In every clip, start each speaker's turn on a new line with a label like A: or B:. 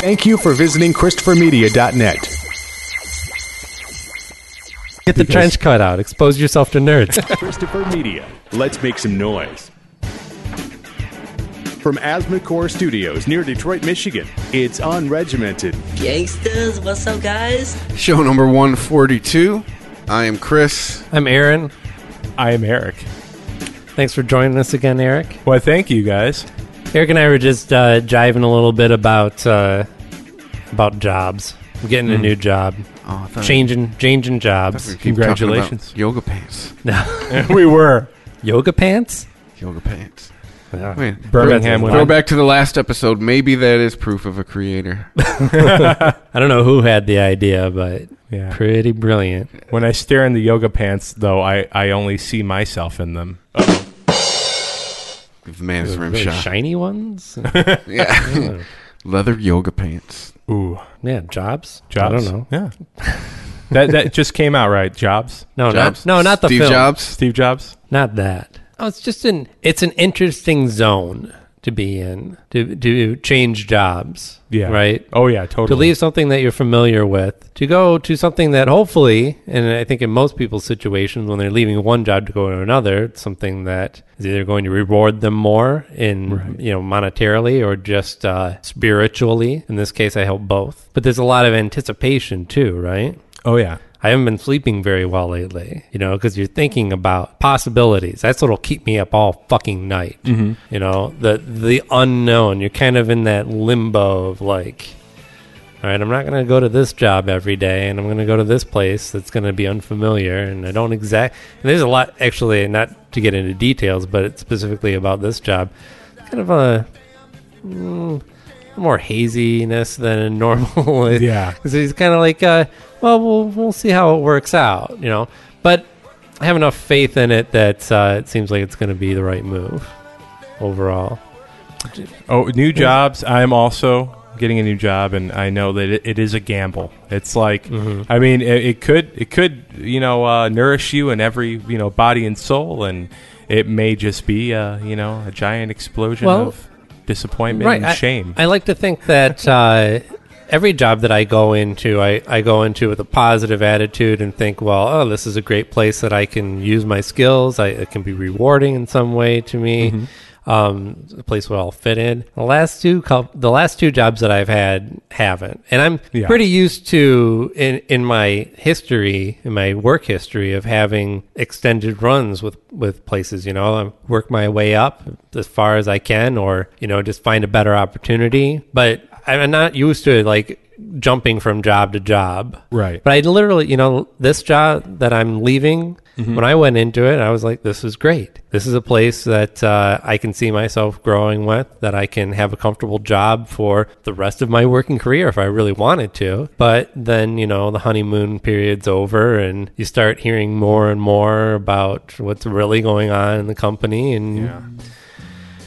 A: Thank you for visiting ChristopherMedia.net.
B: Get the trench coat out. Expose yourself to nerds.
A: Christopher Media. Let's make some noise. From Asmacore Studios near Detroit, Michigan, it's unregimented.
C: Gangsters, what's up, guys?
D: Show number 142. I am Chris.
B: I'm Aaron.
E: I am Eric.
B: Thanks for joining us again, Eric.
E: Why, thank you guys.
B: Eric and I were just uh, jiving a little bit about uh, about jobs. I'm getting a new job.
D: Oh, I thought-
B: Changing changing jobs.
D: Keep talking about
E: Congratulations.
D: Yoga pants.
E: we were.
B: Yoga pants?
D: Yoga pants.
B: Yeah.
D: Wait,
E: Birmingham
D: Throw
E: would
D: back to the last episode. Maybe that is proof of a creator.
B: I don't know who had the idea, but
E: Yeah.
B: pretty brilliant.
E: When I stare in the yoga pants, though, I, I only see myself in them.
D: Give the man his rim
B: Really
D: shot.
B: shiny ones?
D: Yeah. Leather yoga pants.
E: Ooh,
B: yeah, jobs?
E: jobs.
B: I don't know.
E: Yeah, that that just came out right. Jobs,
B: No,
D: Jobs?
B: not, no, not the
D: Steve
B: film.
D: Jobs.
E: Steve Jobs.
B: Not that. Oh, it's just an it's an interesting zone to be in to to change jobs.
E: Yeah,
B: Right.
E: Oh yeah,
B: To
E: totally.
B: leave something that you're familiar with to go to something that hopefully, and I think in most people's situations, when they're leaving one job to go to another, it's something that is either going to reward them more in you know monetarily or just uh, spiritually. In this case, I hope both. But there's a lot of anticipation too, right?
E: Oh yeah,
B: I haven't been sleeping very well lately, you know, because you're thinking about possibilities. That's what'll keep me up all fucking night. You know, the the unknown. You're kind of in that limbo of like, all right, I'm not gonna go to this job every day, and I'm gonna go to this place that's gonna be unfamiliar, and I don't exact. And there's a lot actually, not to get into details, but it's specifically about this job, kind of a. mm, more haziness than a normal
E: Yeah.
B: so he's kind of like, uh, well, well, we'll see how it works out, you know. But I have enough faith in it that uh, it seems like it's going to be the right move overall.
E: Oh, new jobs. I'm also getting a new job, and I know that it, it is a gamble. It's like,
B: Mm-hmm.
E: I mean, it, it could, it could, you know, uh, nourish you in every, you know, body and soul, and it may just be, uh, you know, a giant explosion
B: Well,
E: of disappointment and
B: I-
E: shame.
B: I, like to think that uh, every job that I go into, I, I go into with a positive attitude and think, well, oh, this is a great place that I can use my skills. I, it can be rewarding in some way to me. Um, it's a place where I'll fit in. The last two, cou- the last two jobs that I've had haven't, and I'm
E: Yeah.
B: pretty used to in in my history, in my work history of having extended runs with with places. You know, I work my way up as far as I can, or you know, just find a better opportunity. But I'm not used to like jumping from job to job.
E: Right.
B: But I literally, you know, this job that I'm leaving, when I went into it, I was like, this is great. This is a place that uh, I can see myself growing with, that I can have a comfortable job for the rest of my working career if I really wanted to. But then, you know, the honeymoon period's over and you start hearing more and more about what's really going on in the company. And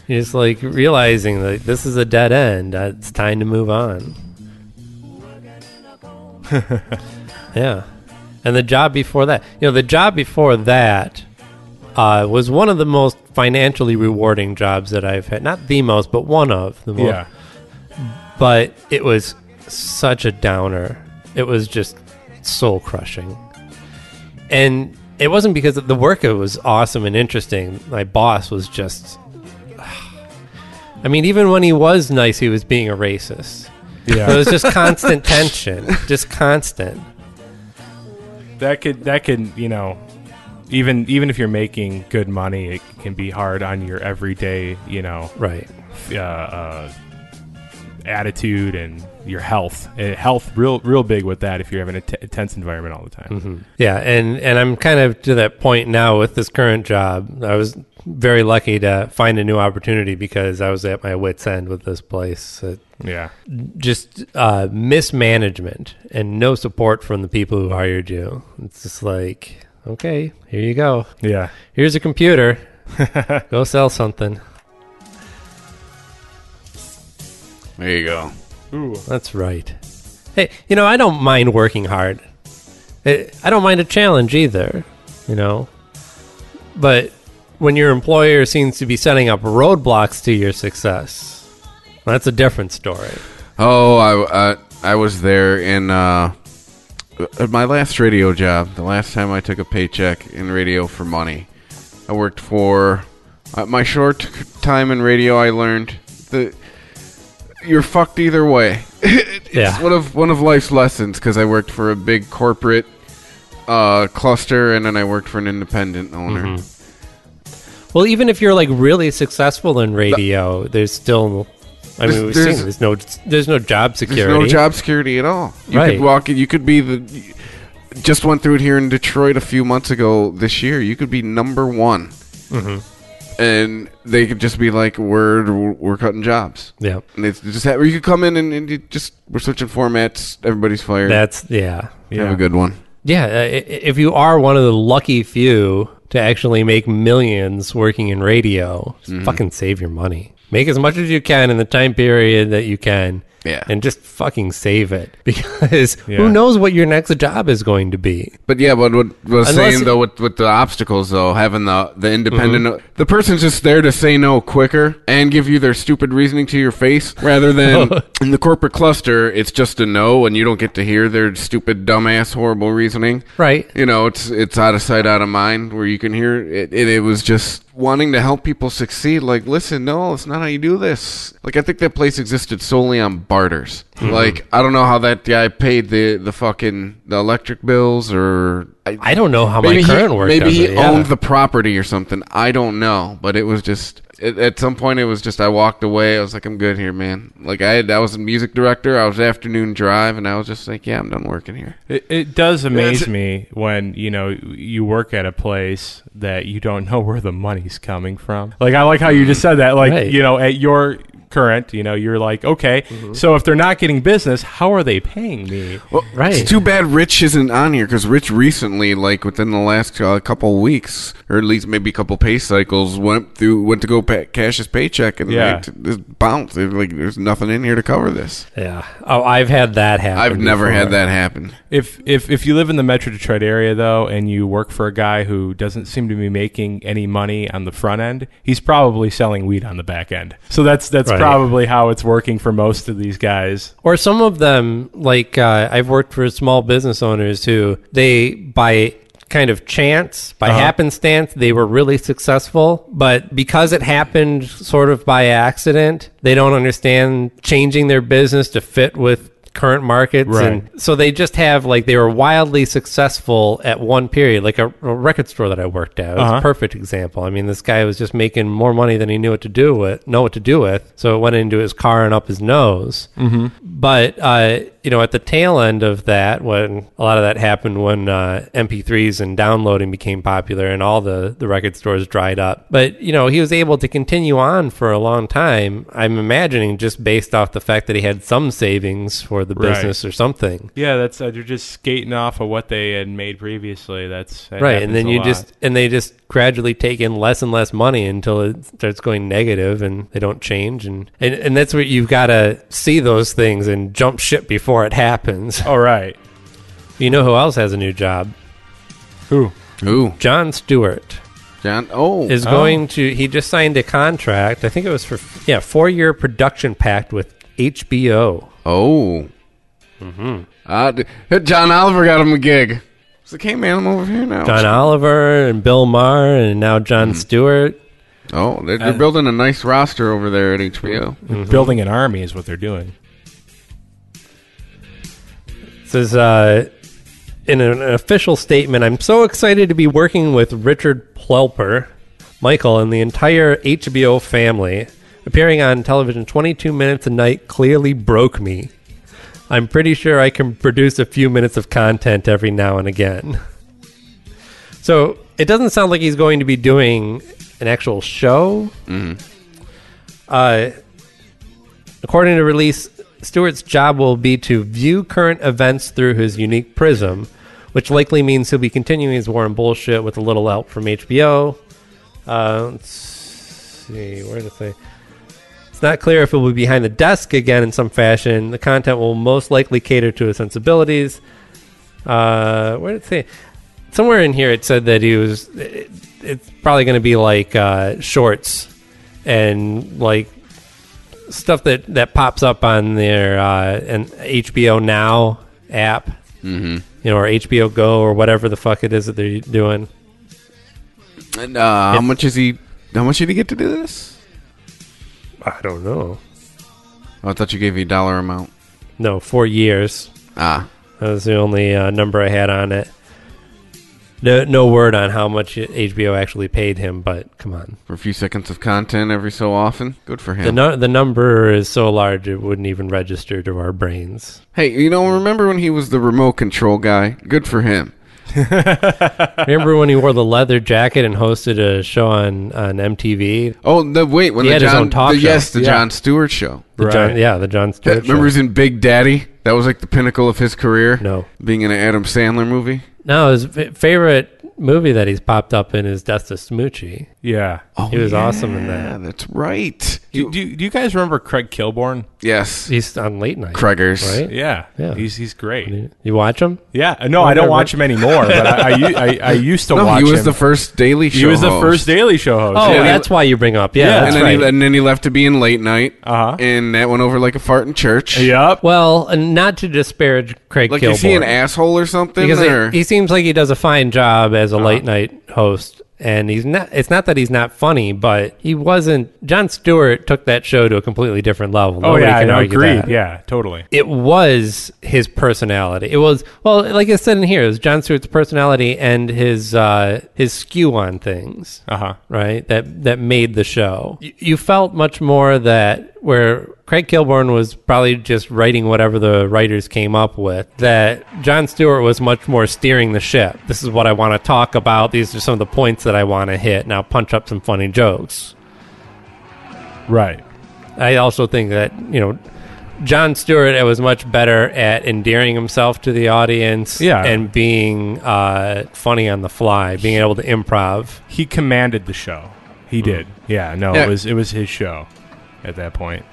B: you're just like realizing that this is a dead end. Uh, It's time to move on. Yeah. And the job before that, you know, the job before that uh, was one of the most financially rewarding jobs that I've had. Not the most, but one of the most.
E: yeah.
B: But it was such a downer. It was just soul crushing. And it wasn't because of the work it was awesome and interesting. My boss was just. I mean, even when he was nice, he was being a racist. So it
E: Yeah,
B: was just constant tension, just constant.
E: that could that could you know, even even if you're making good money, it can be hard on your everyday you know
B: Right.
E: uh, uh, attitude and your health. Uh, health real real big with that if you're having a t- tense environment all the time.
B: Yeah, and and I'm kind of to that point now with this current job. I was very lucky to find a new opportunity because I was at my wits end with this place. It-
E: Yeah,
B: just uh, mismanagement and no support from the people who hired you. It's just like, okay, here you go.
E: yeah.
B: Here's a computer. go sell something.
D: There you go.
B: That's right. Hey, you know, I don't mind working hard. I I don't mind a challenge either, you know. But when your employer seems to be setting up roadblocks to your success, that's a different story.
D: Oh, I, I, I was there in uh, at my last radio job, the last time I took a paycheck in radio for money. I worked for uh, my short time in radio. I learned that you're fucked either way. it's
B: Yeah.
D: one of one of life's lessons because I worked for a big corporate uh, cluster, and then I worked for an independent owner.
B: Well, even if you're like really successful in radio, there's still. I mean,
D: There's-
B: we've
D: there's-
B: seen there's no there's no job
D: There's
B: security.
D: no job security at all. You
B: Right.
D: could walk in. You could be the. Just went through it here in Detroit a few months ago this year. You could be number one,
B: Mm-hmm.
D: and they could just be like, "We're we're cutting jobs."
B: Yeah,
D: And it's just that, or you could come in and, and you just we're switching formats. Everybody's fired.
B: that's yeah,
D: Have a good one.
B: yeah. uh, i- If you are one of the lucky few to actually make millions working in radio, just
D: Mm-hmm.
B: fucking save your money. Make as much as you can in the time period that you can.
D: Yeah.
B: And just fucking save it because
E: Yeah.
B: who knows what your next job is going to be.
D: But yeah, but what I was
B: Unless
D: saying
B: it-
D: though with, with the obstacles though, having the the independent the person's just there to say no quicker and give you their stupid reasoning to your face rather than in the corporate cluster, it's just a no and you don't get to hear their stupid dumbass horrible reasoning.
B: Right.
D: You know, it's it's out of sight, out of mind where you can hear it it, it was just wanting to help people succeed like listen no it's not how you do this like i think that place existed solely on barters like i don't know how that guy paid the the fucking the electric bills or
B: I don't know how my
D: he-
B: current work
D: maybe
B: does
D: he
B: it, yeah.
D: owned the property or something. I don't know, but it was just at, at some point it was just I walked away. I was like, I'm good here, man. Like I had, I was a music director. I was afternoon drive, and I was just like, yeah, I'm done working here.
E: It, it does amaze
D: It's-
E: me when you know you work at a place that you don't know where the money's coming from. Like I like how you just said that. Like
B: Right.
E: you know, at your current, you know, you're like, okay, so if they're not getting business, how are they paying me?
B: Right.
D: It's too bad Rich isn't on here because Rich recently, like within the last uh, couple weeks, or at least maybe a couple pay cycles, went through went to go pay, cash his paycheck and
E: Yeah.
D: like, t- just bounced. They're like there's nothing in here to cover this.
B: Yeah. Oh, I've had that happen.
D: I've never
B: before.
D: had that happen.
E: If if if you live in the Metro Detroit area though, and you work for a guy who doesn't seem to be making any money on the front end, he's probably selling weed on the back end. So that's that's
B: Right.
E: probably how it's working for most of these guys.
B: Or some of them, like uh, I've worked for small business owners who they by kind of chance,
E: Uh-huh.
B: by happenstance, they were really successful, but because it happened sort of by accident, they don't understand changing their business to fit with current markets
E: Right.
B: and so they just have like they were wildly successful at one period like a, a record store that i worked at was a
E: Uh-huh.
B: perfect example i mean this guy was just making more money than he knew what to do with know what to do with so it went into his car and up his nose mm-hmm. but uh, you know at the tail end of that when a lot of that happened when uh, mp3s and downloading became popular and all the, the record stores dried up but you know he was able to continue on for a long time i'm imagining just based off the fact that he had some savings for the
E: Right.
B: business or something
E: Yeah, that's uh, they're just skating off of what they had made previously. That's that
B: right and
E: happens
B: then
E: a
B: you
E: lot.
B: just and they just gradually take in less and less money until it starts going negative and they don't change and and, and that's where you've got to see those things and jump ship before it happens
E: all Oh, right.
B: you know who else has a new job
E: Who?
D: Ooh,
B: john stewart
D: John. Oh,
B: is
E: Oh.
B: going to he just signed a contract i think it was for yeah four year production pact with hbo
D: Oh.
B: Mm-hmm.
D: Uh, d- John Oliver got him a gig. He's like, hey, man, I'm over here now.
B: john oliver and bill maher and now john stewart
D: Oh, they're,
B: Uh,
D: they're building a nice roster over there at HBO.
E: Building an army is what they're doing.
B: says uh, in an official statement i'm so excited to be working with richard plelper michael and the entire hbo family appearing on television 22 minutes a night clearly broke me i'm pretty sure i can produce a few minutes of content every now and again so it doesn't sound like he's going to be doing an actual show uh, According to release, Stewart's job will be to view current events through his unique prism, which likely means he'll be continuing his war and bullshit with a little help from HBO. Uh, let's see, where did it say? It's not clear if it will be behind the desk again in some fashion. The content will most likely cater to his sensibilities. Uh, where did it say? Somewhere in here it said that he was. It, it's probably going to be like uh, shorts and like stuff that that pops up on their uh, an HBO Now app, you know, or HBO Go or whatever the fuck it is that they're doing.
D: And, uh, how much is he? How much did he get to do this?
B: I don't know.
D: Oh, I thought you gave me a dollar amount.
B: No, four years.
D: Ah,
B: That was the only uh, number I had on it. No, no word on how much HBO actually paid him, but come on,
D: for a few seconds of content every so often. Good for him.
B: the nu- the number is so large it wouldn't even register to our brains.
D: hey, you know, remember when he was the remote control guy? Good for him.
B: Remember when he wore the leather jacket and hosted a show on on MTV?
D: Oh, no, wait, when
B: He
D: the
B: had
D: John,
B: his own talk
D: the,
B: show.
D: yes, the
E: Yeah.
D: John Stewart show.
B: The
E: Right.
B: John, yeah, the John
D: That-
B: Stewart.
D: remember
B: show.
D: he's in Big Daddy? That was like the pinnacle of his career.
B: No.
D: being in an Adam Sandler movie.
B: No, his f- favorite movie that he's popped up in is Death to Smoochie.
E: Yeah.
D: Oh,
B: He was awesome in that.
D: Yeah, that's right.
E: Do, do, do you guys remember Craig Kilborn?
D: yes,
B: He's on late night.
D: Craigers.
B: right?
E: Yeah.
B: Yeah.
E: He's he's great.
B: You- You watch him?
E: Yeah. No, I don't watch him anymore, but I, I, u- I, I used to
D: No,
E: watch
D: he was
E: him.
D: the first Daily Show.
E: he was the
D: host.
E: first Daily Show host.
B: Oh,
E: yeah.
B: that's why you bring up. Yeah,
E: Yeah.
B: that's
D: and then,
B: right.
D: he, and then he left to be in late night,
E: Uh-huh.
D: and that went over like a fart in church.
E: Yep.
B: Well, and not to disparage Craig
D: Like
B: Kilborn,
D: is he an asshole or something?
B: because
D: or?
B: he, he seems like he does a fine job as a late night host, and he's not. It's not that he's not funny, but he wasn't. John Stewart took that show to a completely different level.
E: Oh,
B: Nobody
E: yeah.
B: can
E: I
B: argue
E: agree.
B: that.
E: Yeah, totally.
B: It was his personality. It was well, like I said in here, it was John Stewart's personality and his uh, his skew on things.
E: Uh huh.
B: right? That that made the show. You, you felt much more that where Craig Kilborn was probably just writing whatever the writers came up with. That John Stewart was much more steering the ship. This is what I want to talk about. These are some of the points that I want to hit. Now punch up some funny jokes.
E: Right.
B: I also think that you know. John Stewart was much better at endearing himself to the audience
E: Yeah.
B: and being uh, funny on the fly, being able to improv.
E: He commanded the show. He did. Yeah. No,
D: Yeah.
E: it was it was his show at that point.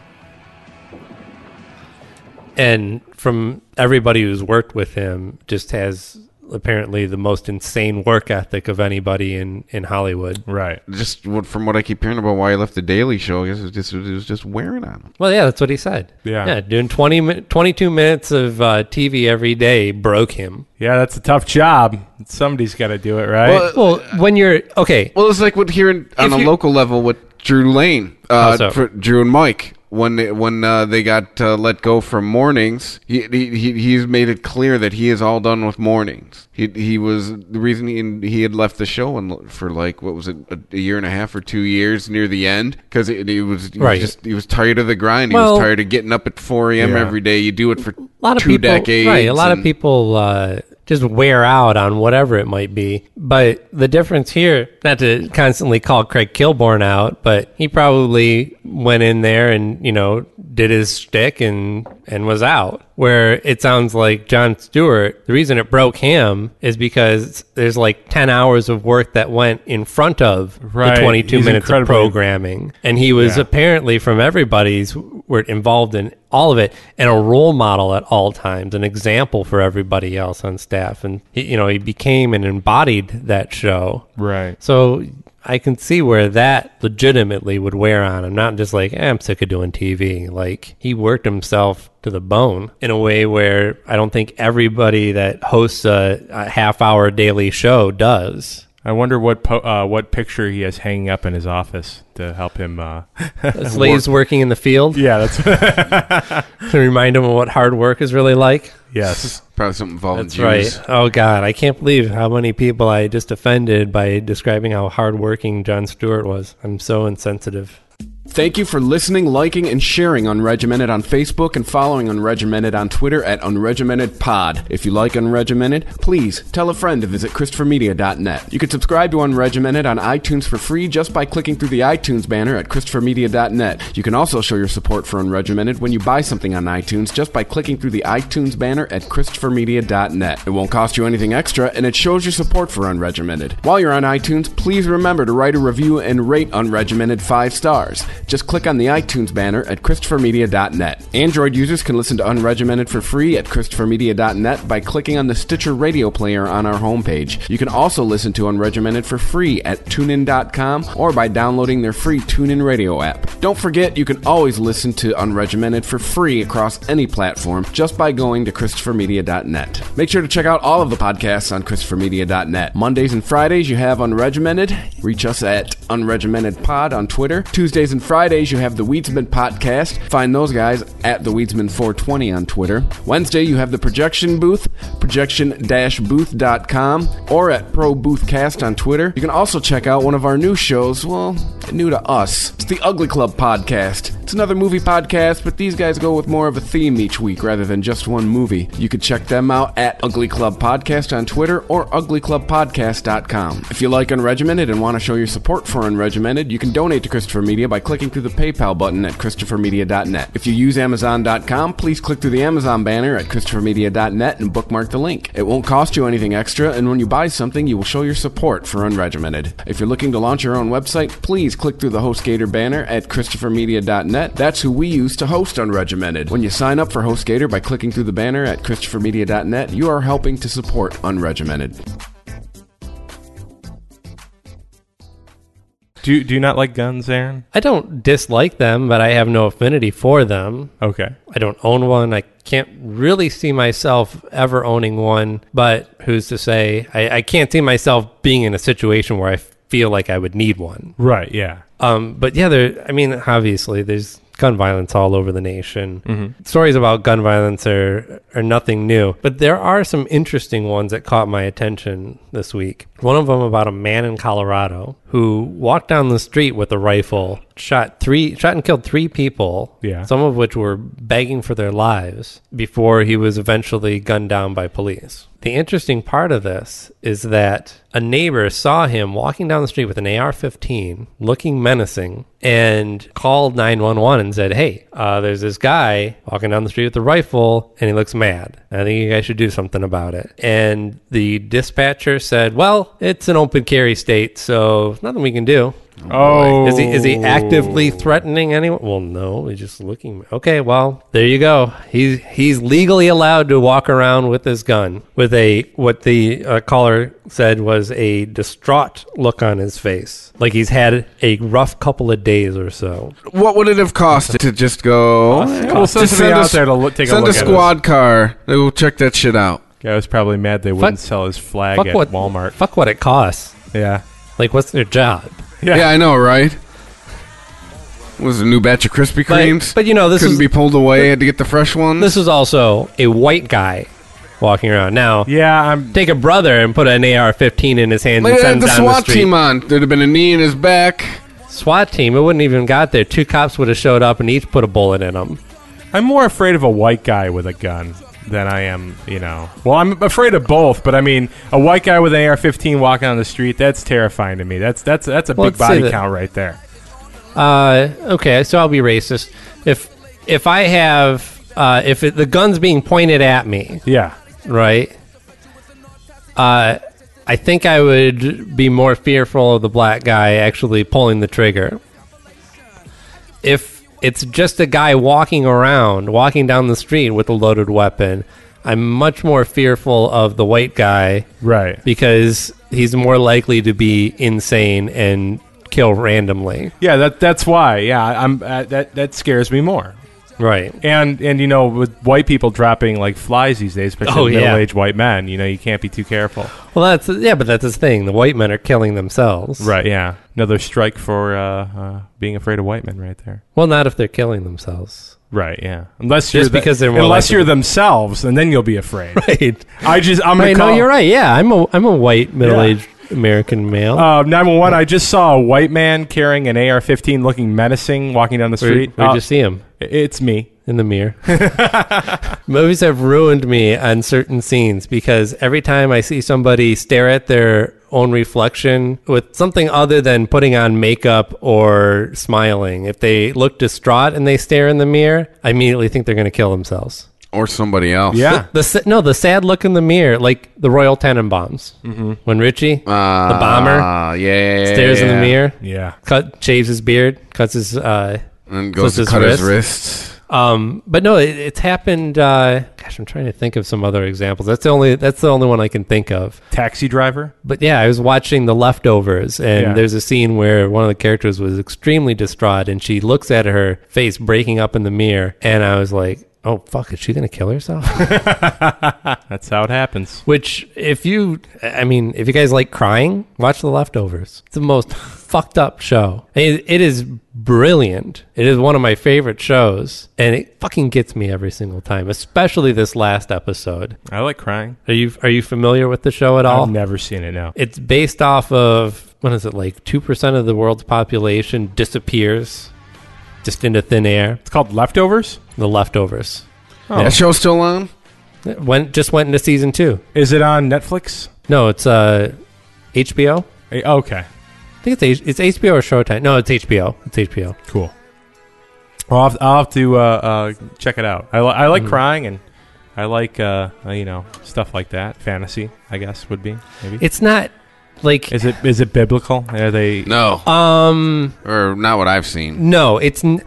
B: and from everybody who's worked with him just has apparently the most insane work ethic of anybody in in Hollywood.
E: Right.
D: just what, from what I keep hearing about why he left the Daily Show, I guess it was just, it was just wearing on him.
B: Well, yeah, that's what he said.
E: Yeah.
B: Yeah, doing 20 mi- 22 minutes of uh, TV every day broke him.
E: Yeah, that's a tough job. Somebody's got to do it, right?
D: Well,
B: Well, when you're okay,
D: Well, it's like what hearing on
B: If
D: a
B: you-
D: local level with Drew Lane,
B: How
D: uh,
B: so?
D: for Drew and Mike when they, when uh, they got uh, let go from mornings. He, he he he's made it clear that he is all done with mornings. He he was the reason he, he had left the show and for like what was it a, a year and a half or two years near the end because it, it was he
B: Right.
D: was just he was tired of the grind. He
B: Well-
D: was tired of getting up at four a.m.
E: Yeah.
D: every day. You do it for
B: a lot of
D: two
B: people,
D: decades.
B: right? A lot of
D: and-
B: people uh, just wear out on whatever it might be. But the difference here, not to constantly call Craig Kilborn out, but he probably went in there and you know did his shtick and and was out. Where it sounds like John Stewart, the reason it broke him is because there's like ten hours of work that went in front of
E: Right.
B: the 22
E: He's
B: minutes of
E: incredibly-
B: programming, and he was
E: Yeah.
B: apparently from everybody's were involved in all of it and a role model at all times an example for everybody else on staff and he, you know he became and embodied that show
E: right.
B: so i can see where that legitimately would wear on him not just like eh, i'm sick of doing tv like he worked himself to the bone in a way where i don't think everybody that hosts a, a half hour daily show does
E: I wonder what po- uh, what picture he has hanging up in his office to help him. Uh,
B: slaves working in the field
E: yeah, that's
B: to remind him of what hard work is really like
E: yes.
D: probably something involving
B: That's
D: Jews.
B: right. Oh God, I can't believe how many people I just offended by describing how hardworking John Stewart was. I'm so insensitive.
F: Thank you for listening, liking, and sharing Unregimented on Facebook and following Unregimented on Twitter at Unregimented Pod. If you like Unregimented, please tell a friend to visit ChristopherMedia.net. You can subscribe to Unregimented on iTunes for free just by clicking through the iTunes banner at ChristopherMedia.net. You can also show your support for Unregimented when you buy something on iTunes just by clicking through the iTunes banner at ChristopherMedia.net. It won't cost you anything extra, and it shows your support for Unregimented. While you're on iTunes, please remember to write a review and rate Unregimented five stars. Just click on the iTunes banner at ChristopherMedia.net. Android users can listen to Unregimented for free at ChristopherMedia.net by clicking on the Stitcher radio player on our homepage. You can also listen to Unregimented for free at TuneIn.com or by downloading their free TuneIn Radio app. Don't forget, you can always listen to Unregimented for free across any platform just by going to ChristopherMedia.net. Make sure to check out all of the podcasts on ChristopherMedia.net. Mondays and Fridays, you have Unregimented. Reach us at UnregimentedPod on Twitter. Tuesdays and Fridays, you have the Weedsman Podcast. Find those guys at the Weedsman420 on Twitter. Wednesday, you have the Projection Booth, projection-booth.com, or at ProBoothCast on Twitter. You can also check out one of our new shows, well, new to us. It's the Ugly Club Podcast. It's another movie podcast, but these guys go with more of a theme each week rather than just one movie. You can check them out at Ugly Club Podcast on Twitter or uglyclubpodcast.com. If you like Unregimented and want to show your support for Unregimented, you can donate to Christopher Media by clicking through the PayPal button at christophermedia.net. If you use amazon.com, please click through the Amazon banner at christophermedia.net and bookmark the link. It won't cost you anything extra, and when you buy something, you will show your support for Unregimented. If you're looking to launch your own website, please click through the HostGator banner at christophermedia.net. That's who we use to host Unregimented. When you sign up for HostGator by clicking through the banner at christophermedia.net, you are helping to support Unregimented.
E: Do you, do you not like guns, Aaron?
B: I don't dislike them, but I have no affinity for them.
E: Okay.
B: I don't own one. I can't really see myself ever owning one, but who's to say? I, I can't see myself being in a situation where I feel like I would need one.
E: Right. Yeah.
B: Um, but yeah, there. I mean, obviously, there's gun violence all over the nation. Stories about gun violence are are nothing new, but there are some interesting ones that caught my attention this week. One of them about a man in Colorado who walked down the street with a rifle, shot three, shot and killed three people.
E: Yeah.
B: some of which were begging for their lives before he was eventually gunned down by police. The interesting part of this is that a neighbor saw him walking down the street with an AR 15, looking menacing, and called 911 and said, Hey, uh, there's this guy walking down the street with a rifle and he looks mad. I think you guys should do something about it. And the dispatcher said, Well, it's an open carry state, so nothing we can do.
E: Oh.
B: Is he is he
D: Oh.
B: actively threatening anyone? Well, no, he's just looking. Okay, well, there you go. He's he's legally allowed to walk around with his gun with a what the uh, caller said was a distraught look on his face, like he's had a rough couple of days or so.
D: What would it have cost to just go?
E: Well, send
D: Just
E: somebody
D: a
E: out
D: s-
E: there to look- take a
D: send
E: look at
D: squad car. They will check that shit out.
E: Guy was probably mad they wouldn't sell his flag
B: Fuck
E: at
B: what
E: Walmart.
B: Fuck what it costs.
E: Yeah.
B: Like, what's their job?
E: Yeah.
D: Yeah, I know, right? Was it a new batch of Krispy Kremes?
B: but you know, this
D: couldn't
B: is-
D: be pulled away. Had to get the fresh ones.
B: This is also a white guy walking around now.
E: Yeah. I'm.
B: Take a brother and put an AR-15 in his hand
D: Like,
B: and
D: they
B: send
D: had
B: him
D: the
B: down the
D: SWAT
B: street.
D: team on. There'd have been a knee in his back.
B: SWAT team, it wouldn't even got there. Two cops would have showed up and each put a bullet in them.
E: I'm more afraid of a white guy with a gun than I am, you know. Well, I'm afraid of both, but I mean, a white guy with an AR-15 walking on the street—that's terrifying to me. That's that's that's a
B: Well,
E: big
B: let's say
E: body
B: that-
E: count right there.
B: Uh, okay, so I'll be racist. If if I have uh, if it, the gun's being pointed at me,
E: Yeah.
B: right? Uh, I think I would be more fearful of the black guy actually pulling the trigger. If it's just a guy walking around, walking down the street with a loaded weapon, I'm much more fearful of the white guy
E: Right.
B: because he's more likely to be insane and kill randomly.
E: Yeah. That that's why. Yeah. I'm. Uh, that that scares me more.
B: Right.
E: And and you know, with white people dropping like flies these days, especially
B: Oh, yeah.
E: middle-aged white men, you know, you can't be too careful.
B: Well, that's yeah, but that's the thing. The white men are killing themselves.
E: Right. Yeah. Another strike for uh, uh, being afraid of white men, right there.
B: Well, not if they're killing themselves.
E: Right. Yeah. Unless you're
B: Just
E: the-
B: because they're more
E: unless
B: likely
E: you're
B: to-
E: themselves, and then you'll be afraid.
B: Right.
E: I just I'm gonna
B: Wait,
E: call.
B: no, you're right. Yeah, I'm a I'm a white middle-aged American male.
E: Uh, 911. I just saw a white man carrying an AR-15, looking menacing, walking down the
B: Where,
E: street.
B: where'd
E: Uh,
B: you see him?
E: it's me.
B: In the mirror. Movies have ruined me on certain scenes because every time I see somebody stare at their own reflection with something other than putting on makeup or smiling, if they look distraught and they stare in the mirror, I immediately think they're going to kill themselves.
D: or somebody else.
E: Yeah.
B: The, sa- no, the sad look in the mirror, like the Royal Tenenbaums. Mm-hmm. When Richie, the bomber,
D: Uh, yeah, yeah, yeah,
B: stares in the
D: yeah.
B: mirror,
E: Yeah.
B: cut, shaves his beard, cuts his. Uh,
D: and
B: Clips
D: goes to
B: his
D: cut his
B: wrist.
D: wrists.
B: um, but no, it, it's happened. Uh, gosh, I'm trying to think of some other examples. That's the only. That's the only one I can think of.
E: Taxi driver.
B: But yeah, I was watching The Leftovers, and
E: Yeah.
B: there's a scene where one of the characters was extremely distraught, and she looks at her face breaking up in the mirror, and I was like, "Oh fuck, is she gonna kill herself?"
E: That's how it happens.
B: Which, if you, I mean, if you guys like crying, watch The Leftovers. It's the most fucked up show. It, it is brilliant. It is one of my favorite shows, and it fucking gets me every single time. Especially this last episode.
E: I like crying.
B: Are you are you familiar with the show at all?
E: I've never seen it now.
B: It's based off of what is it like two percent of the world's population disappears just into thin air.
E: It's called Leftovers.
B: The Leftovers Oh.
D: That show's still on.
B: it went just went into season two.
E: Is it on Netflix?
B: No, it's uh, HBO.
E: Eh, Okay.
B: I think it's H- it's HBO or Showtime. No, it's HBO. It's HBO.
E: Cool. I'll have, I'll have to uh, uh, check it out. I, li- I like crying and I like uh, uh, you know stuff like that. Fantasy, I guess, would be maybe.
B: It's not like
E: Is it is it biblical? Are they?
D: No,
B: um
D: or not what I've seen.
B: no, it's n-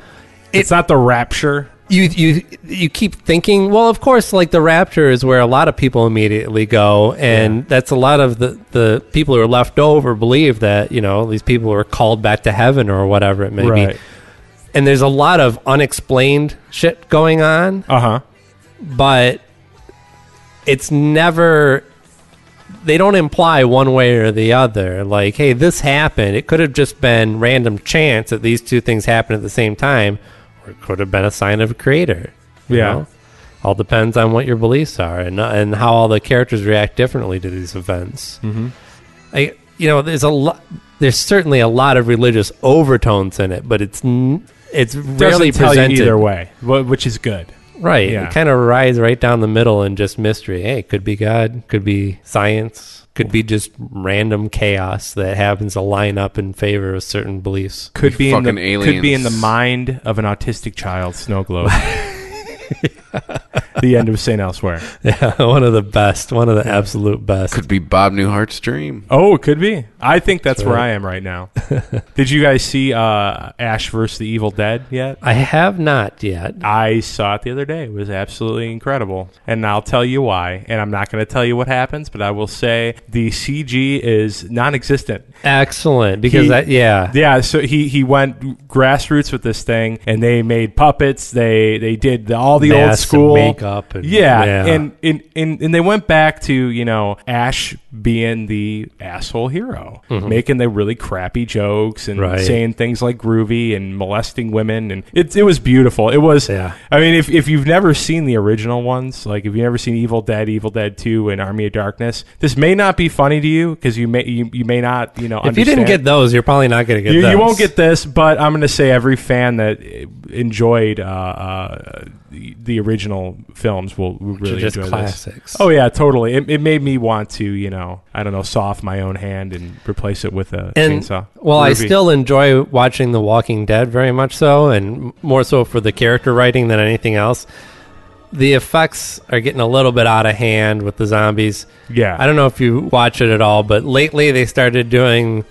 E: it's not the rapture.
B: you you you keep thinking. Well, of course, like the rapture is where a lot of people immediately go, and that's a lot of the the people who are left over believe that you know these people are called back to heaven or whatever it may be. And there's a lot of unexplained shit going on.
E: Uh huh.
B: but it's never they don't imply one way or the other like hey this happened it could have just been random chance that these two things happened at the same time or it could have been a sign of a creator you
E: Yeah.
B: know? all depends on what your beliefs are and and how all the characters react differently to these events mm-hmm. I you know there's a lot there's certainly a lot of religious overtones in it but it's n- it's rarely
E: Doesn't tell you
B: presented
E: either way, wh- which is good.
B: Right.
E: Yeah.
B: It kind of rides right down the middle and just mystery. Hey, could be God, could be science, could be just random chaos that happens to line up in favor of certain beliefs.
E: Could be in the,
D: fucking
E: could be in the
D: aliens.
E: mind of an autistic child. Snow globe. the end of Saint Elsewhere.
B: Yeah, one of the best, one of the absolute best.
D: Could be Bob Newhart's dream.
E: Oh, it could be. I think that's, where
B: right.
E: I am right now. Did you guys see uh, Ash versus the Evil Dead yet?
B: I have not yet.
E: I saw it the other day. It was absolutely incredible. And I'll tell you why. And I'm not going to tell you what happens, but I will say the CG is non existent.
B: Excellent. Because
E: He-
B: that, yeah.
E: Yeah, so he, he went grassroots with this thing, and they made puppets. They they did the, all the old
B: Masks and
E: school
B: makeup and-
E: yeah,
B: yeah.
E: And, and and and they went back to you know Ash being the asshole hero, making the really crappy jokes and
B: Mm-hmm. Right.
E: saying things like groovy and molesting women, and it it was beautiful. It was.
B: Yeah.
E: I mean, if if you've never seen the original ones, like if you've never seen Evil Dead, Evil Dead Two, and Army of Darkness, this may not be funny to you because you may you, you may not you know
B: if you didn't get
E: understand-
B: those, you're probably not going to get
E: you,
B: those.
E: you won't get this, but I'm going to say every fan that eh, enjoyed uh, uh, the the original films will, will
B: They're
E: really
B: just
E: enjoy
B: classics.
E: this. Oh yeah, totally. It, it made me want to, you know, I don't know, soft my own hand and replace it with a
B: and
E: chainsaw.
B: well, I
E: Groovy.
B: still enjoy watching The Walking Dead very much so, and m- more so for the character writing than anything else. The effects are getting a little bit out of hand with the zombies.
E: yeah.
B: I don't know if you watch it at all, but lately they started doing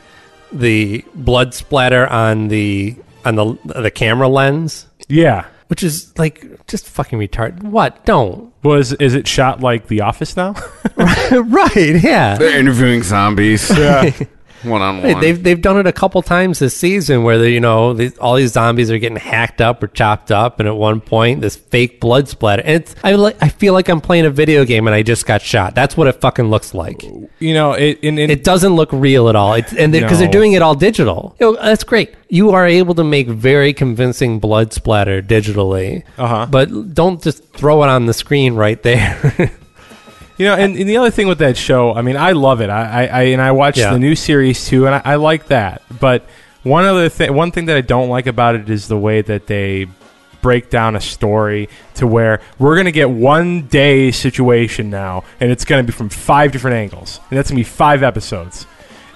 B: the blood splatter on the on the the camera lens,
E: yeah.
B: which is like just fucking retarded. What? Don't.
E: Was is it shot like The Office now?
B: right. Yeah.
D: They're interviewing zombies. Yeah, one on
B: Hey,
D: one.
B: they've they've done it a couple times this season where they, you know these, all these zombies are getting hacked up or chopped up, and at one point this fake blood splatter. And it's I like I feel like I'm playing a video game and I just got shot. That's what it fucking looks like.
E: you know, it, and, and
B: It doesn't look real at all. It's and because they, are
E: No.
B: doing it all digital. You know, that's great. You are able to make very convincing blood splatter digitally,
E: Uh-huh.
B: but don't just throw it on the screen right there.
E: You know, and, and the other thing with that show, I mean, I love it. I, I, I and I watched
B: Yeah.
E: the new series too, and I, I like that. But one other thing, one thing that I don't like about it is the way that they break down a story to where we're gonna get one day situation now, and it's gonna be from five different angles, and that's gonna be five episodes.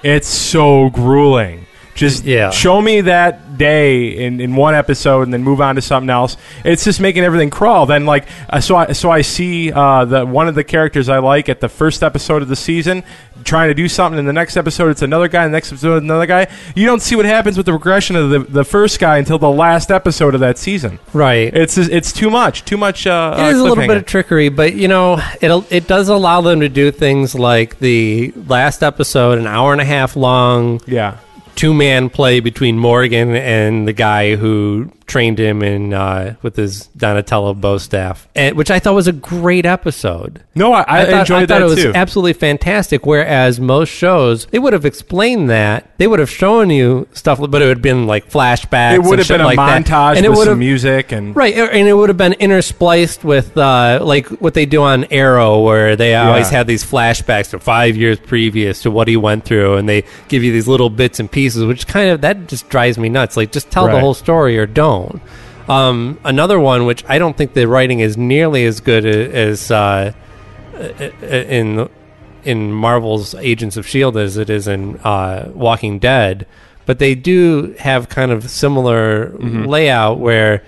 E: It's so grueling. Just
B: Yeah.
E: show me that day in, in one episode and then move on to something else. It's just making everything crawl. Then like uh, so I so I see uh, the one of the characters I like at the first episode of the season trying to do something in the next episode it's another guy in the next episode another guy you don't see what happens with the progression of the, the first guy until the last episode of that season
B: Right.
E: it's it's too much too much uh, uh,
B: It is a little
E: cliffhanger.
B: bit of trickery, but you know, it it does allow them to do things like the last episode, an hour and a half long
E: yeah
B: two man play between Morgan and the guy who trained him in uh, with his Donatello bow staff, and, which I thought was a great episode.
E: no i, I,
B: thought,
E: enjoyed
B: I thought
E: that
B: it was
E: too
B: absolutely fantastic. Whereas most shows, they would have explained that. They would have shown you stuff, but it would have been like flashbacks.
E: it would
B: and
E: have
B: shit
E: been a
B: like that.
E: montage
B: and it
E: with
B: would
E: some
B: have-
E: music and
B: Right, er- and it would have been interspliced with uh, like what they do on Arrow, where they always have these flashbacks to five years previous to what he went through, and they give you these little bits and pieces, which kind of that just drives me nuts. Like, just tell the
E: Right.
B: whole story or don't. Um, another one, which I don't think the writing is nearly as good a- as uh, a- a- in in Marvel's Agents of Shield E as it is in uh, Walking Dead, but they do have kind of similar layout where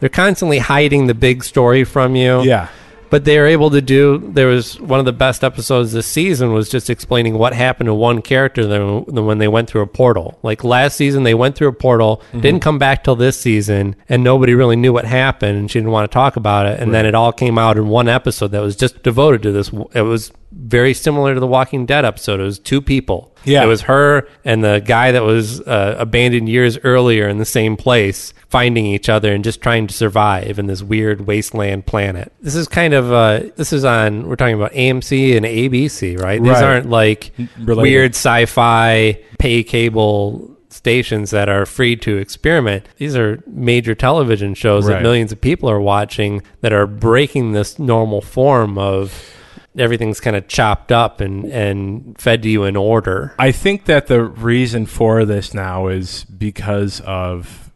B: they're constantly hiding the big story from you.
E: yeah
B: But they are able to do. There was one of the best episodes this season was just explaining what happened to one character than, than when they went through a portal. Like last season, they went through a portal, didn't come back till this season, and nobody really knew what happened, and she didn't want to talk about it. And then it all came out in one episode that was just devoted to this. It was very similar to the Walking Dead episode. It was two people.
E: Yeah.
B: it was her and the guy that was uh, abandoned years earlier in the same place finding each other and just trying to survive in this weird wasteland planet this is kind of uh, this is on we're talking about amc and abc right these
E: Right.
B: aren't like
E: Related.
B: weird sci-fi pay cable stations that are free to experiment these are major television shows that
E: Right.
B: millions of people are watching that are breaking this normal form of everything's kind of chopped up and and fed to you in order
E: I think that the reason for this now is because of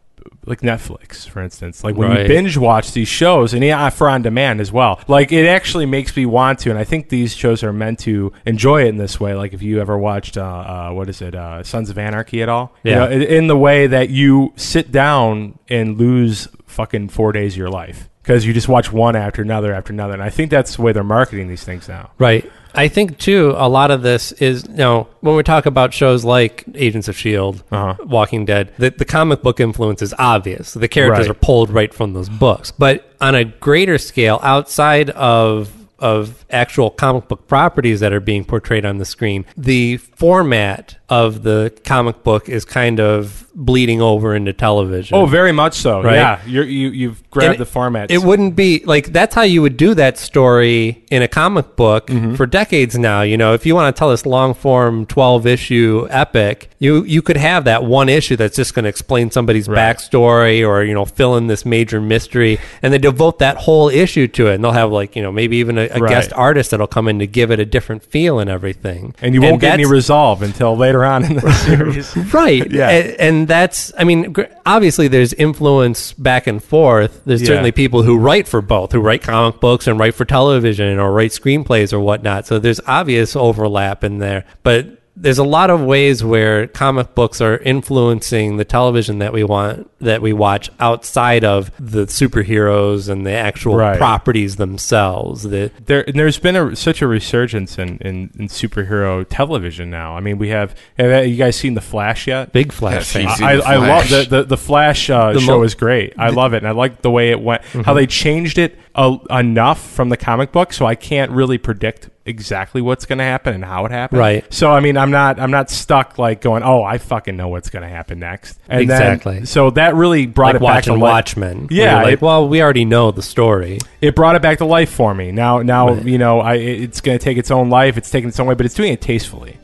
E: like Netflix, for instance. Like when
B: Right.
E: you binge watch these shows, and yeah, for on demand as well. Like it actually makes me want to, and I think these shows are meant to enjoy it in this way. Like if you ever watched, uh, uh, what is it, uh, Sons of Anarchy at all? You
B: Yeah.
E: know, in- in the way that you sit down and lose fucking four days of your life because you just watch one after another after another. And I think that's the way they're marketing these things now.
B: Right. I think too a lot of this is you know when we talk about shows like Agents of Shield,
E: Uh-huh.
B: E Walking Dead, the, the comic book influence is obvious. The characters
E: Right.
B: are pulled right from those books. But on a greater scale, outside of of actual comic book properties that are being portrayed on the screen, the format of the comic book is kind of bleeding over into television.
E: Oh, very much so.
B: Right?
E: Yeah, You're, you you've grabbed
B: And
E: the format.
B: It wouldn't be like that's how you would do that story in a comic book
E: Mm-hmm.
B: for decades now. You know, if you want to tell this long form twelve issue epic, you you could have that one issue that's just going to explain somebody's backstory or you know fill in this major mystery, and they devote that whole issue to it, and they'll have like you know maybe even a, a
E: Right.
B: guest artist that'll come in to give it a different feel and everything.
E: and you won't get any
B: that's-
E: resolve until later on in the series.
B: Right.
E: Yeah.
B: And, and that's, I mean, gr- obviously there's influence back and forth. There's
E: Yeah.
B: certainly people who write for both, who write comic books and write for television or write screenplays or whatnot. So there's obvious overlap in there. But there's a lot of ways where comic books are influencing the television that we want, that we watch outside of the superheroes and the actual
E: Right.
B: properties themselves. The,
E: There, and there's been a, such a resurgence in, in, in superhero television now. I mean, we have. Have you guys seen the Flash yet?
B: Big flash
D: Yes,
B: fan.
D: he's-
E: I,
D: seen The
E: I love
D: Flash.
E: the the, the Flash uh,
B: The Mm-hmm.
E: show
B: mo-
E: is great. I love it, and I like the way it went. How they changed it a, enough from the comic book, so I can't really predict exactly what's going to happen and how it happened.
B: Right.
E: So I mean, I'm not I'm not stuck like going, oh, I fucking know what's going to happen next. And then-
B: Exactly.
E: so that really brought
B: Like
E: it back to
B: watching
E: life.
B: Watchmen. where
E: Yeah,
B: you're Like,
E: it-
B: well, we already know the story.
E: it brought it back to life for me. Now, now you know, I it- it's going to take its own life. It's taking its own way, but it's doing it tastefully.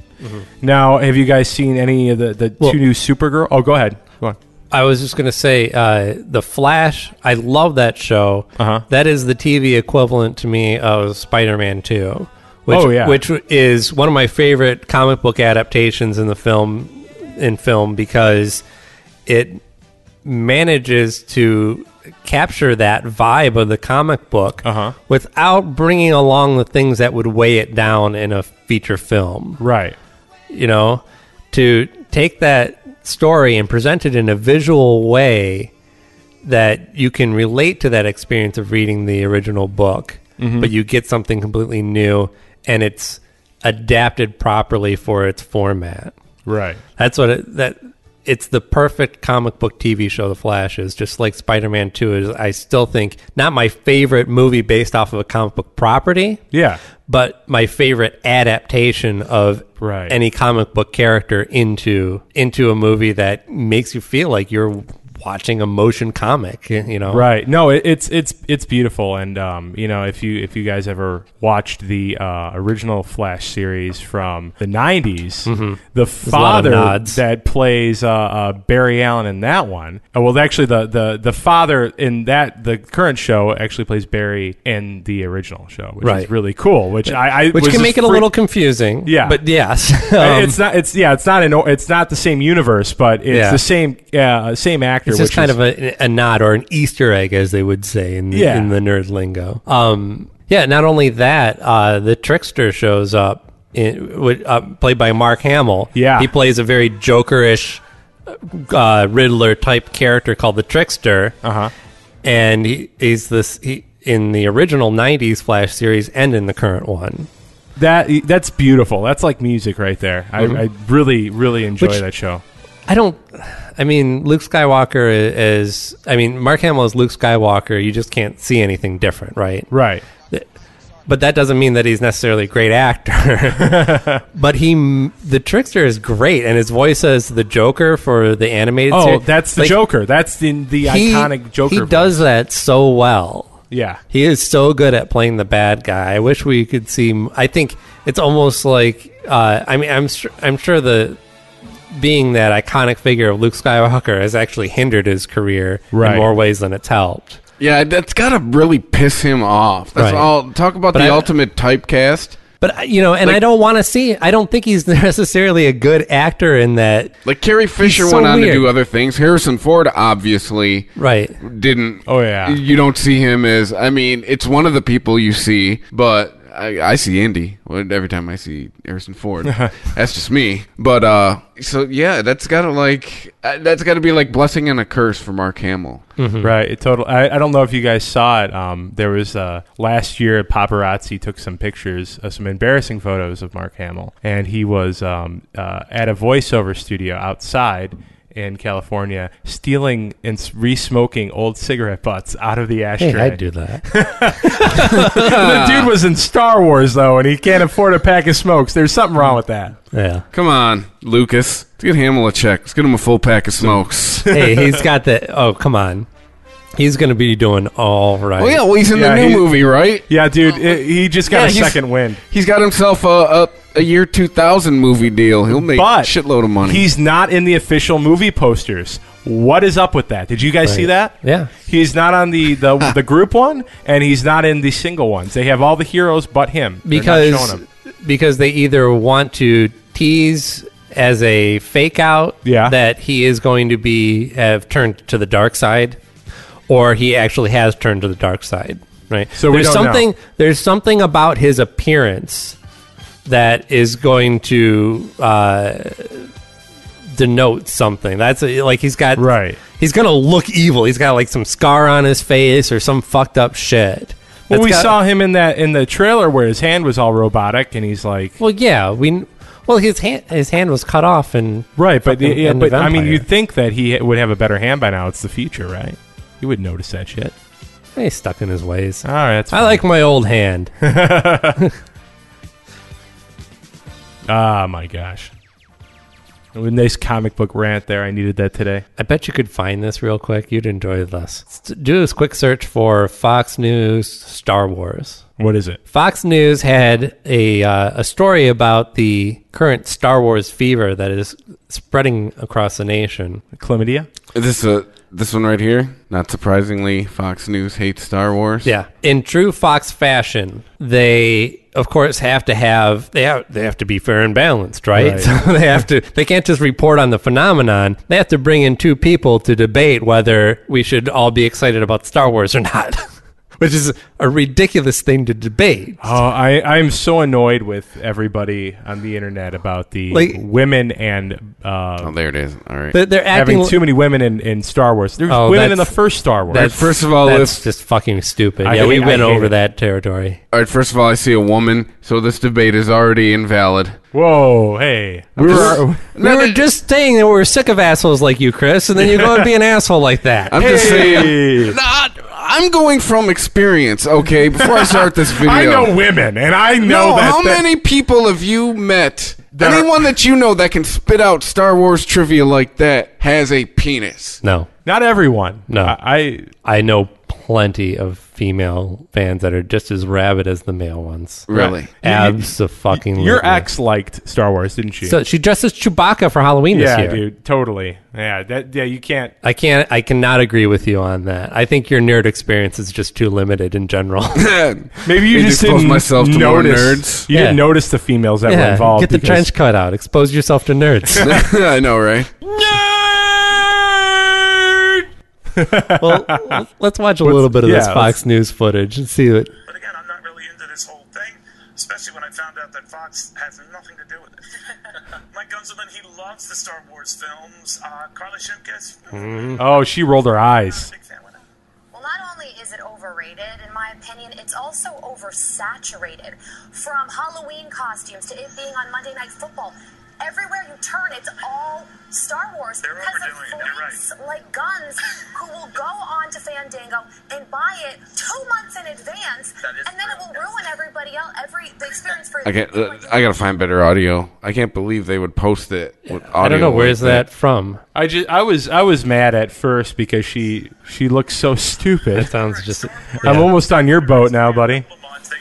E: Now, have you guys seen any of the the
B: Mm-hmm. Well-
E: two new Supergirl? Oh, go ahead. Go on.
B: I was just gonna say, uh, the Flash. I love that show.
E: Uh-huh.
B: That is the TV equivalent to me of Spider-Man Two, which,
E: Oh, yeah.
B: which is one of my favorite comic book adaptations in the film in film because it manages to capture that vibe of the comic book
E: Uh-huh.
B: without bringing along the things that would weigh it down in a feature film
E: Right.
B: you know, to take that story and presented in a visual way that you can relate to that experience of reading the original book, but you get something completely new and it's adapted properly for its format.
E: Right.
B: That's what it, that it's the perfect comic book TV show. The Flash is just like Spider Man Two is. I still think not my favorite movie based off of a comic book property,
E: Yeah.
B: but my favorite adaptation of
E: Right.
B: any comic book character into into a movie that makes you feel like you're watching a motion comic. You know,
E: Right. No, it, it's it's it's beautiful, and um, you know, if you if you guys ever watched the uh, original Flash series from the '90s, the
B: Mm-hmm. a lot of
E: father
B: nods.
E: that plays uh, uh, Barry Allen in that one, uh, well, actually, the, the the father in that the current show actually plays Barry in the original show, which
B: Right.
E: is really cool. Which I, I
B: Which
E: was
B: can
E: just
B: make it a
E: freak-
B: little confusing.
E: Yeah.
B: but yes,
E: I-
B: Um,
E: it's not. It's yeah. It's not an. o- It's not the same universe, but it's
B: Yeah.
E: the same. Uh, same actor.
B: It's just
E: which
B: kind
E: is,
B: of a, a nod or an Easter egg, as they would say in the,
E: Yeah.
B: in the nerd lingo. Um, yeah. Not only that, uh, the trickster shows up, in, wi- uh, played by Mark Hamill.
E: Yeah.
B: he plays a very Jokerish uh, Riddler type character called the Trickster,
E: Uh-huh.
B: and he, he's this he, in the original '90s Flash series and in the current one.
E: That that's beautiful. That's like music right there. I, I really really enjoy
B: Which-
E: that show.
B: I don't. I mean, Luke Skywalker is. I mean, Mark Hamill is Luke Skywalker. You just can't see anything different, right?
E: Right.
B: but that doesn't mean that he's necessarily a great actor. but he, the trickster is great, and his voice as the Joker for the animated.
E: Oh,
B: series-
E: that's the
B: like,
E: Joker. That's the the
B: he-
E: iconic Joker.
B: He
E: voice.
B: does that so well.
E: Yeah.
B: He is so good at playing the bad guy. I wish we could see. m- I think it's almost like. Uh, I mean, I'm sure. I'm sure the being that iconic figure of Luke Skywalker has actually hindered his career
E: Right.
B: in more ways than it's helped.
D: Yeah, that's gotta really piss him off. That's
B: Right.
D: all. Talk about
B: But
D: the
B: I-
D: ultimate typecast.
B: But I- you know, and I
D: Like-
B: don't want to see. I don't think he's necessarily a good actor in that.
D: Like Carrie Fisher
B: so
D: went on
B: weird.
D: to do other things. Harrison Ford obviously
B: Right.
D: didn't.
E: Oh, yeah.
D: you don't see him as. I mean, it's one of the people you see, but I, I see Indy every time I see Harrison Ford. that's just me. But uh, so yeah, that's gotta like uh, that's gotta be like blessing and a curse for Mark Hamill.
E: Right. It total. I, I don't know if you guys saw it. Um, there was uh, last year paparazzi took some pictures, uh, some embarrassing photos of Mark Hamill, and he was um, uh, at a voiceover studio outside in California, stealing and s- re-smoking old cigarette butts out of the ashtray.
B: Hey, I'd do that.
E: the
D: Uh.
E: dude was in Star Wars though, and he can't afford a pack of smokes. There's something wrong with that.
B: Yeah.
D: Come on, Lucas, let's get Hamill a check. Let's get him a full pack of smokes.
B: Hey, he's got the. Oh, come on. He's going to be doing all right.
D: well, yeah, well he's in
E: Yeah,
D: the new
E: he-
D: movie, right?
E: Yeah, dude, i he just
D: Yeah,
E: got a
D: he's-
E: second win.
D: He's got himself a, a, a year 2000 movie deal. He'll make
E: But
D: shitload of money.
E: He's not in the official movie posters. What is up with that? Did you guys see that?
B: Yeah.
E: He's not on the, the the group one, and he's not in the single ones. They have all the heroes but him. They're not
B: Because
E: showing him.
B: because they either want to tease as a fake out
E: Yeah.
B: that he is going to be have turned to the dark side or he actually has turned to the dark side, right?
E: So we
B: there's
E: don't know.
B: something there's something about his appearance that is going to uh, denote something. That's a, like he's got
E: Right.
B: He's gonna look evil. He's got like some scar on his face or some fucked up shit.
E: well,
B: That's
E: we
B: got-
E: saw him in that in the trailer where his hand was all robotic, and he's like,
B: Well, yeah, we. Well, his hand his hand was cut off and
E: right, but
B: fucking-
E: yeah,
B: and
E: but
B: the
E: I mean,
B: vampire.
E: you'd think that he would have a better hand by now. It's the future, right? You would notice that shit.
B: he's stuck in his ways.
E: All right, that's
B: I
E: fine.
B: like my old hand.
E: Ah, my gosh. A nice comic book rant there. I needed that today.
B: I bet you could find this real quick. You'd enjoy this. S- Do this quick search for Fox News Star Wars.
E: What is it?
B: Fox News had a uh, a story about the current Star Wars fever that is spreading across the nation.
E: Chlamydia?
D: this uh, this one right here. Not surprisingly, Fox News hates Star Wars.
B: Yeah, in true Fox fashion, they of course have to have they have, they have to be fair and balanced, right?
E: Right.
B: So they have to they can't just report on the phenomenon. They have to bring in two people to debate whether we should all be excited about Star Wars or not. which is a ridiculous thing to debate.
E: Oh, I, I'm so annoyed with everybody on the internet about the
B: Like-
E: women and uh,
D: Oh, there it is. All right.
B: They're, they're acting
E: having too many women in, in Star Wars. There's
B: Oh,
E: women in the
B: that's-
E: first Star Wars.
B: that's-
D: First of all,
B: that's
D: let's
B: just fucking stupid.
E: I
B: yeah, we
E: hate- I
B: went
E: hate
B: over
E: it.
B: that territory.
D: All right, first of all, I see a woman, so this debate is already invalid.
E: Whoa, hey.
D: We
E: were-
B: We were just saying that we were sick of assholes like you, Chris, and then you go and be an asshole like that.
D: I'm just saying.
E: Hey.
D: Nah, I'm going from experience, okay? Before I start this video,
E: I know women, and I know
D: No,
E: that.
D: how
E: that-
D: many people have you met?
E: That are-
D: anyone that you know that can spit out Star Wars trivia like that has a penis.
B: No,
E: Not everyone.
B: No.
E: I.
B: I know plenty of female fans that are just as rabid as the male ones.
D: Really?
B: Abs of
E: I
B: fucking
E: your ex liked Star Wars, didn't she?
B: So she dressed as Chewbacca for Halloween
E: yeah,
B: this year.
E: dude, totally. Yeah, that. Yeah, you can't.
B: I can't. I cannot agree with you on that. I think your nerd experience is just too limited in general.
E: Maybe you
D: Need to
E: just
D: expose
E: didn't
D: myself to more
E: notice.
D: nerds.
E: You
B: Yeah.
E: didn't notice the females that were
B: yeah,
E: involved.
B: get the
E: because-
B: trench coat out. Expose yourself to nerds.
D: I know, right?
B: well, let's watch a little bit of this
E: yeah,
B: Fox News footage and see what.
G: But again, I'm not really into this whole thing, especially when I found out that Fox has nothing to do with it. Mike Gunzelman, he loves the Star Wars films. Uh, Carla Shimkus,
E: Oh, she rolled her eyes.
G: big fan with him.
H: Well, not only is it overrated, in my opinion, it's also oversaturated. From Halloween costumes to it being on Monday Night Football, everywhere you turn, it's all Star Wars.
G: They're
H: because of
G: overdoing it, you're right.
H: freaks like guns who will go on to Fandango and buy it two months in advance,
G: That is
H: and then it
G: true,
H: will
G: yes.
H: ruin everybody else, every the experience for
D: I can't. Uh, I gotta find better audio. I can't believe they would post it with audio.
B: I don't know.
D: like
B: Where's that from?
E: I just. I was. I was mad at first because she. She looked so stupid.
B: That sounds just.
E: I'm almost on your boat now, buddy.
G: They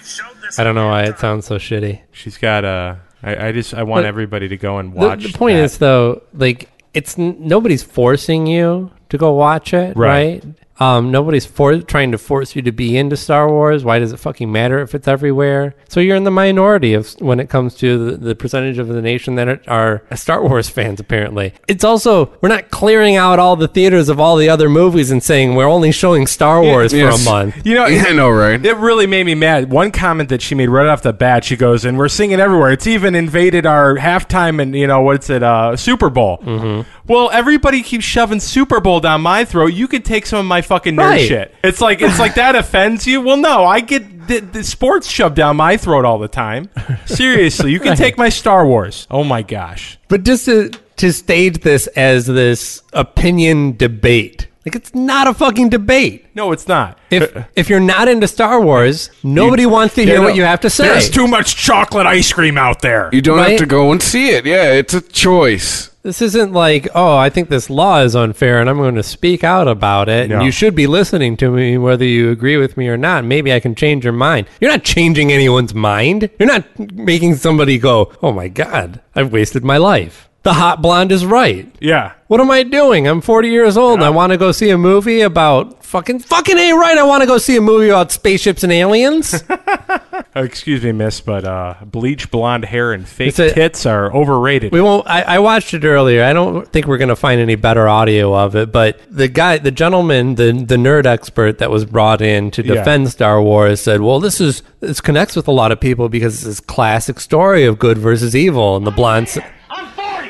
G: showed this
B: I don't know why
G: at
B: it sounds so shitty.
E: She's got a. I, I just. I want
B: But-
E: everybody to go and
B: The,
E: watch.
B: the point
E: that.
B: is though, like it's n- nobody's forcing you to go watch it, right?
E: Right.
B: Um, nobody's for- trying to force you to be into Star Wars. Why does it fucking matter if it's everywhere? So you're in the minority of when it comes to the, the percentage of the nation that are, are Star Wars fans. Apparently, it's also we're not clearing out all the theaters of all the other movies and saying we're only showing Star Wars for
D: yes.
B: a month.
E: You know.
D: Yeah, I know, right?
E: It really made me mad. One comment that she made right off the bat, she goes, "And we're singing everywhere. It's even invaded our halftime and you know what's it, uh, Super Bowl."
B: Mm-hmm.
E: Well, everybody keeps shoving Super Bowl down my throat. You could take some of my fucking nerd
B: Right.
E: shit. It's like it's like that offends you. Well, no, I get the, the sports shoved down my throat all the time. Seriously, you can take my Star Wars. Oh my gosh.
B: But just to to stage this as this opinion debate, like it's not a fucking debate.
E: No, it's not.
B: If if you're not into Star Wars, nobody wants to hear
E: no,
B: what you have to say.
E: There's too much chocolate ice cream out there.
D: You don't have
B: Right?
D: to go and see it. Yeah, it's a choice.
B: this isn't like, oh, I think this law is unfair and I'm going to speak out about it.
E: No.
B: And you should be listening to me whether you agree with me or not. Maybe I can change your mind. You're not changing anyone's mind. You're not making somebody go, "Oh my god, I've wasted my life." The hot blonde is right.
E: Yeah.
B: What am I doing? I'm 40 years old. and I want to go see a movie about fucking fucking a right. I want to go see a movie about spaceships and aliens.
E: Uh, Excuse me, miss, but uh, bleach blonde hair and fake
B: It's a-
E: tits are overrated.
B: We won't. I, I watched it earlier. I don't think we're going to find any better audio of it. But the guy, the gentleman, the the nerd expert that was brought in to
E: Yeah.
B: defend Star Wars said, "Well, this is this connects with a lot of people because it's this classic story of good versus evil." And the blonde, s-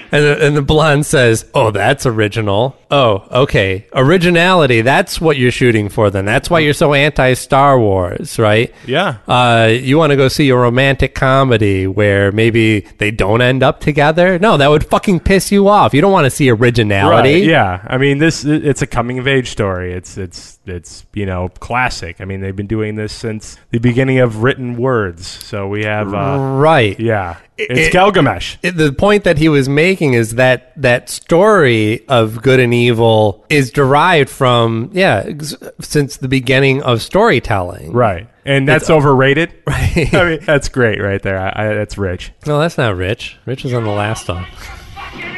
B: and the, and the blonde says, "Oh, that's original. Oh, okay, originality. That's what you're shooting for. Then that's why you're so anti Star Wars, right?
E: Yeah.
B: Uh, you want to go see a romantic comedy where maybe they don't end up together? No, that would fucking piss you off. You don't want to see originality.
E: Right, yeah, I mean this. It's a coming of age story. It's it's it's you know classic. I mean they've been doing this since the beginning of written words. So we have uh,
B: Right.
E: yeah, it's
B: it-
E: Gilgamesh.
B: It- the point that he was making is that that story of good and evil is derived from yeah ex- since the beginning of storytelling
E: Right, and that's overrated.
B: Right.
E: I mean that's great right there. I, I, that's rich.
B: no that's not rich rich was on the last song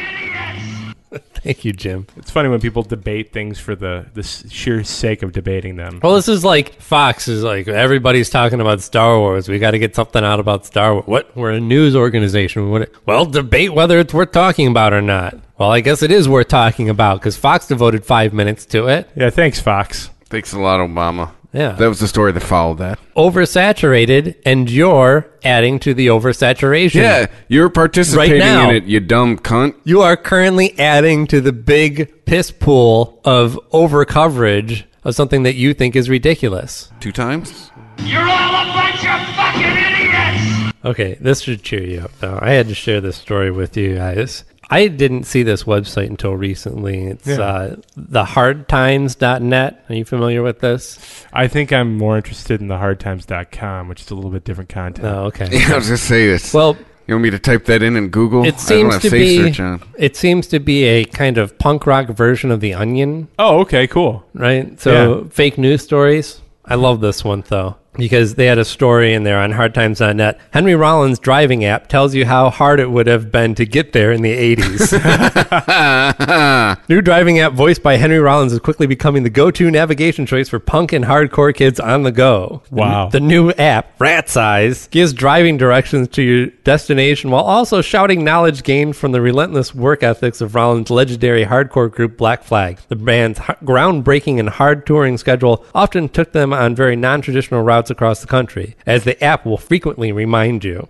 B: thank you jim
E: It's funny when people debate things for the the s- sheer sake of debating them.
B: Well, this is like Fox is like everybody's talking about Star Wars. We got to get something out about Star Wars. What? We're a news organization. What? Well, debate whether it's worth talking about or not. Well, I guess it is worth talking about because Fox devoted five minutes to it.
E: Yeah, thanks Fox.
D: Thanks a lot, Obama.
B: Yeah. Oh,
D: That was the story that followed that.
B: oversaturated, and you're adding to the oversaturation.
D: Yeah, you're participating
B: Right now.
D: in it, you dumb cunt.
B: You are currently adding to the big piss pool of overcoverage of something that you think is ridiculous.
D: Two times?
I: You're all a bunch of fucking idiots!
B: Okay, this should cheer you up, though. I had to share this story with you guys. I didn't see this website until recently. It's uh, thehardtimes.net. Are you familiar with this?
E: I think I'm more interested in the hardtimes.com, which is a little bit different content.
B: Oh, okay.
D: Yeah, I was just say this.
B: well,
D: you want me to type that in in Google?
B: it
D: I don't
B: seems
D: have
B: to
D: safe
B: be
D: search on.
B: it seems to be a kind of punk rock version of the Onion.
E: Oh, okay, cool.
B: right? So fake news stories. I love this one though because they had a story in there on hardtimes.net. Henry Rollins' driving app tells you how hard it would have been to get there in the 80s. New driving app voiced by Henry Rollins is quickly becoming the go-to navigation choice for punk and hardcore kids on the go.
E: Wow.
B: The new app, Rat Size, gives driving directions to your destination while also shouting knowledge gained from the relentless work ethics of Rollins' legendary hardcore group Black Flag. The band's h- groundbreaking and hard touring schedule often took them on very non traditional routes across the country, as the app will frequently remind you.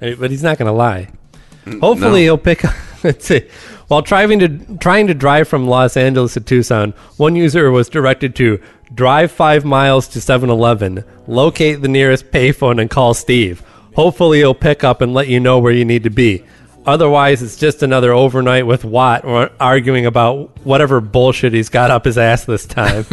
B: Hey, But he's not going to lie. Hopefully,
D: no.
B: he'll pick. Let's see. While driving to trying to drive from Los Angeles to Tucson, one user was directed to drive five miles to 7-Eleven, locate the nearest payphone, and call Steve. Hopefully, he'll pick up and let you know where you need to be. Otherwise, it's just another overnight with Watt or arguing about whatever bullshit he's got up his ass this time.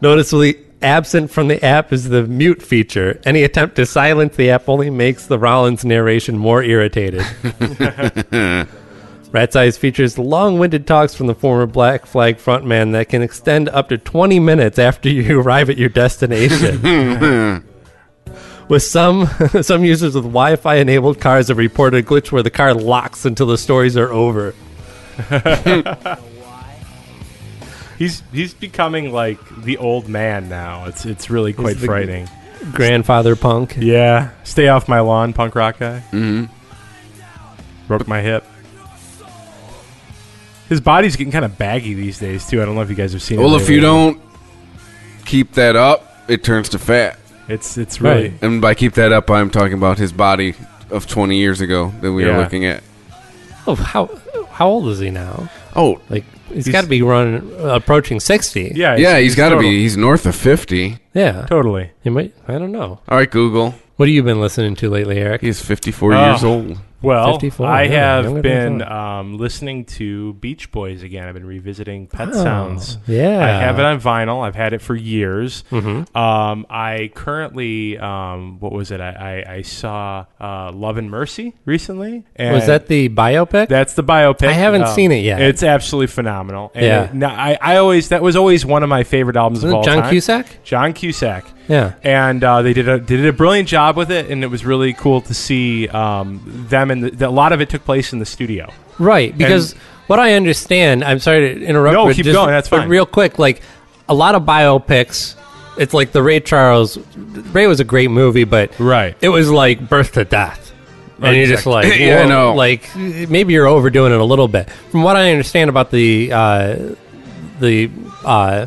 B: Noticeably absent from the app is the mute feature. Any attempt to silence the app only makes the Rollins narration more irritated. Rat's Eyes features long winded talks from the former Black Flag frontman that can extend up to 20 minutes after you arrive at your destination. With some some users with Wi-Fi enabled cars have reported a glitch where the car locks until the stories are over.
E: He's he's becoming like the old man now. It's it's really quite
B: the-
E: frightening.
B: Grandfather punk.
E: Yeah, stay off my lawn, punk rock guy. Mm-hmm. Broke my hip. His body's getting kind of baggy these days too. I don't know if you guys have seen.
D: Well,
E: it
D: if you
E: lately.
D: don't keep that up, it turns to fat.
E: it's it's really
B: Right.
D: And by keep that up, I'm talking about his body of 20 years ago that we
E: Yeah.
D: are looking at.
B: Oh, how how old is he now?
D: Oh,
B: Like he's got to be running approaching sixty.
E: yeah
D: yeah, he's got to
E: total-
D: be. He's north of 50.
B: yeah.
E: totally.
B: He might. I don't know.
D: All right, Google.
B: What have you been listening to lately, Eric?
D: He's 54
E: Oh.
D: years old.
E: Well,
B: 54,
E: I
B: yeah,
E: have
B: younger than
E: been
B: I
E: um, listening to Beach Boys again. I've been revisiting Pet
B: Oh,
E: Sounds.
B: yeah. Mm-hmm.
E: I have it on vinyl. I've had it for years. Um, I currently, um, what was it? I, I, I saw uh, Love and Mercy recently. And
B: Was that the biopic?
E: That's the biopic. Um,
B: I haven't seen it yet.
E: It's absolutely phenomenal. And
B: Yeah.
E: it- no, I, I always that was always one of my favorite albums of
B: Wasn't it
E: all
B: John
E: time.
B: Cusack?
E: John Cusack.
B: Yeah.
E: And uh, they did a did a brilliant job with it, and it was really cool to see um, them. And the, the, a lot of it took place in the studio.
B: right, because what I understand, I'm sorry to interrupt.
E: No,
B: but
E: keep
B: just-
E: going, that's
B: but
E: fine.
B: Real quick, like a lot of biopics. It's like the Ray Charles. Ray was a great movie, but
E: Right.
B: it was like birth to death. And you're just like,
D: Yeah, I
B: whoa,
D: know.
B: like maybe you're overdoing it a little bit. From what I understand about the uh, the uh,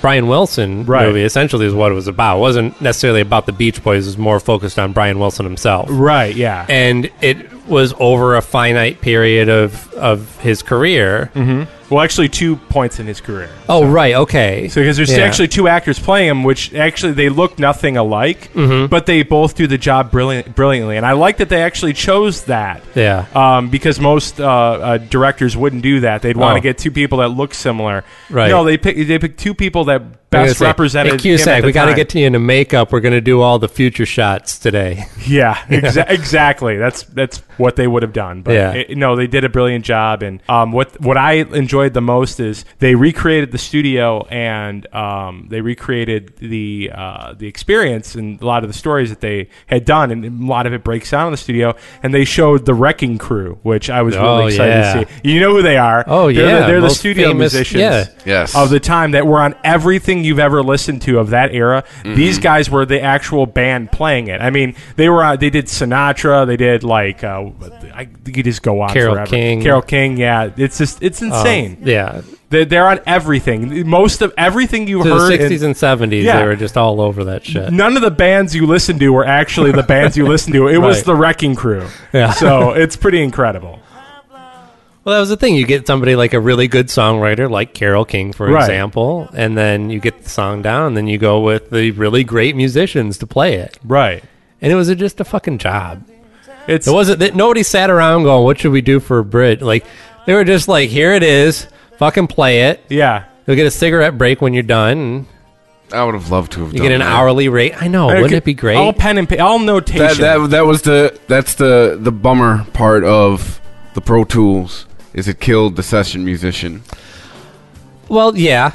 B: Brian Wilson
E: Right.
B: movie, essentially is what it was about. It wasn't necessarily about the Beach Boys. It was more focused on Brian Wilson himself
E: Right. Yeah.
B: and it was over a finite period of of his career.
E: Mm-hmm. well, actually, two points in his career.
B: Oh, right, okay.
E: So because there's
B: Yeah.
E: actually two actors playing him, which actually they look nothing alike,
B: Mm-hmm.
E: but they both do the job brilliant, brilliantly. And I like that they actually chose that.
B: Yeah.
E: Um, because most uh, uh, directors wouldn't do that. They'd want
B: Oh.
E: to get two people that look similar.
B: Right.
E: No, they pick they pick two people that
B: I was gonna
E: best
B: say,
E: represented.
B: Hey,
E: him
B: Cusack,
E: at the
B: we got to
E: time."
B: get to you in the makeup. We're going to do all the future shots today.
E: Yeah, exa- exactly. That's that's what they would have done. But
B: Yeah.
E: it- no, they did a brilliant job. And um, what what I enjoyed the most is they recreated the studio and um, they recreated the uh, the experience and a lot of the stories that they had done, and a lot of it breaks down in the studio. And they showed the Wrecking Crew, which I was
B: Oh,
E: really excited
B: yeah.
E: to see. You know who they are?
B: Oh,
E: They're the-
B: yeah,
E: they're the
B: most
E: studio
B: famous-
E: musicians
B: yeah.
D: Yes.
E: of the time that were on everything anything you've ever listened to of that era,
D: Mm-hmm.
E: these guys were the actual band playing it. I mean, they were on, they did Sinatra, they did like uh, I you could just go on
B: Carole
E: forever.
B: King. Um,
E: Carol King, yeah, it's just it's insane.
B: Yeah.
E: They're, they're on everything. Most of everything you
B: To the
E: heard. in-
B: 60s and 70s,
E: Yeah.
B: they were just all over that shit.
E: None of the bands you listened to were actually the bands you listened to. It was
B: Right.
E: the Wrecking Crew.
B: Yeah.
E: So it's pretty incredible.
B: Well, that was the thing. You get somebody like a really good songwriter, like Carol King, for
E: Right.
B: example, and then you get the song down, and then you go with the really great musicians to play it.
E: Right.
B: And it was a, just a fucking job.
E: It's
B: It wasn't that nobody sat around going, "What should we do for a bridge?" Like they were just like, "Here it is, fucking play it."
E: yeah.
B: You'll get a cigarette break when you're done. And
D: I would have loved to have
B: you
E: Oh,
D: done
B: get an
D: that.
B: hourly rate. I know. Wouldn't it be great?
E: All pen and pa- all notation.
D: That, that that was the that's the the bummer part of the Pro Tools is it killed the session musician.
B: Well, yeah,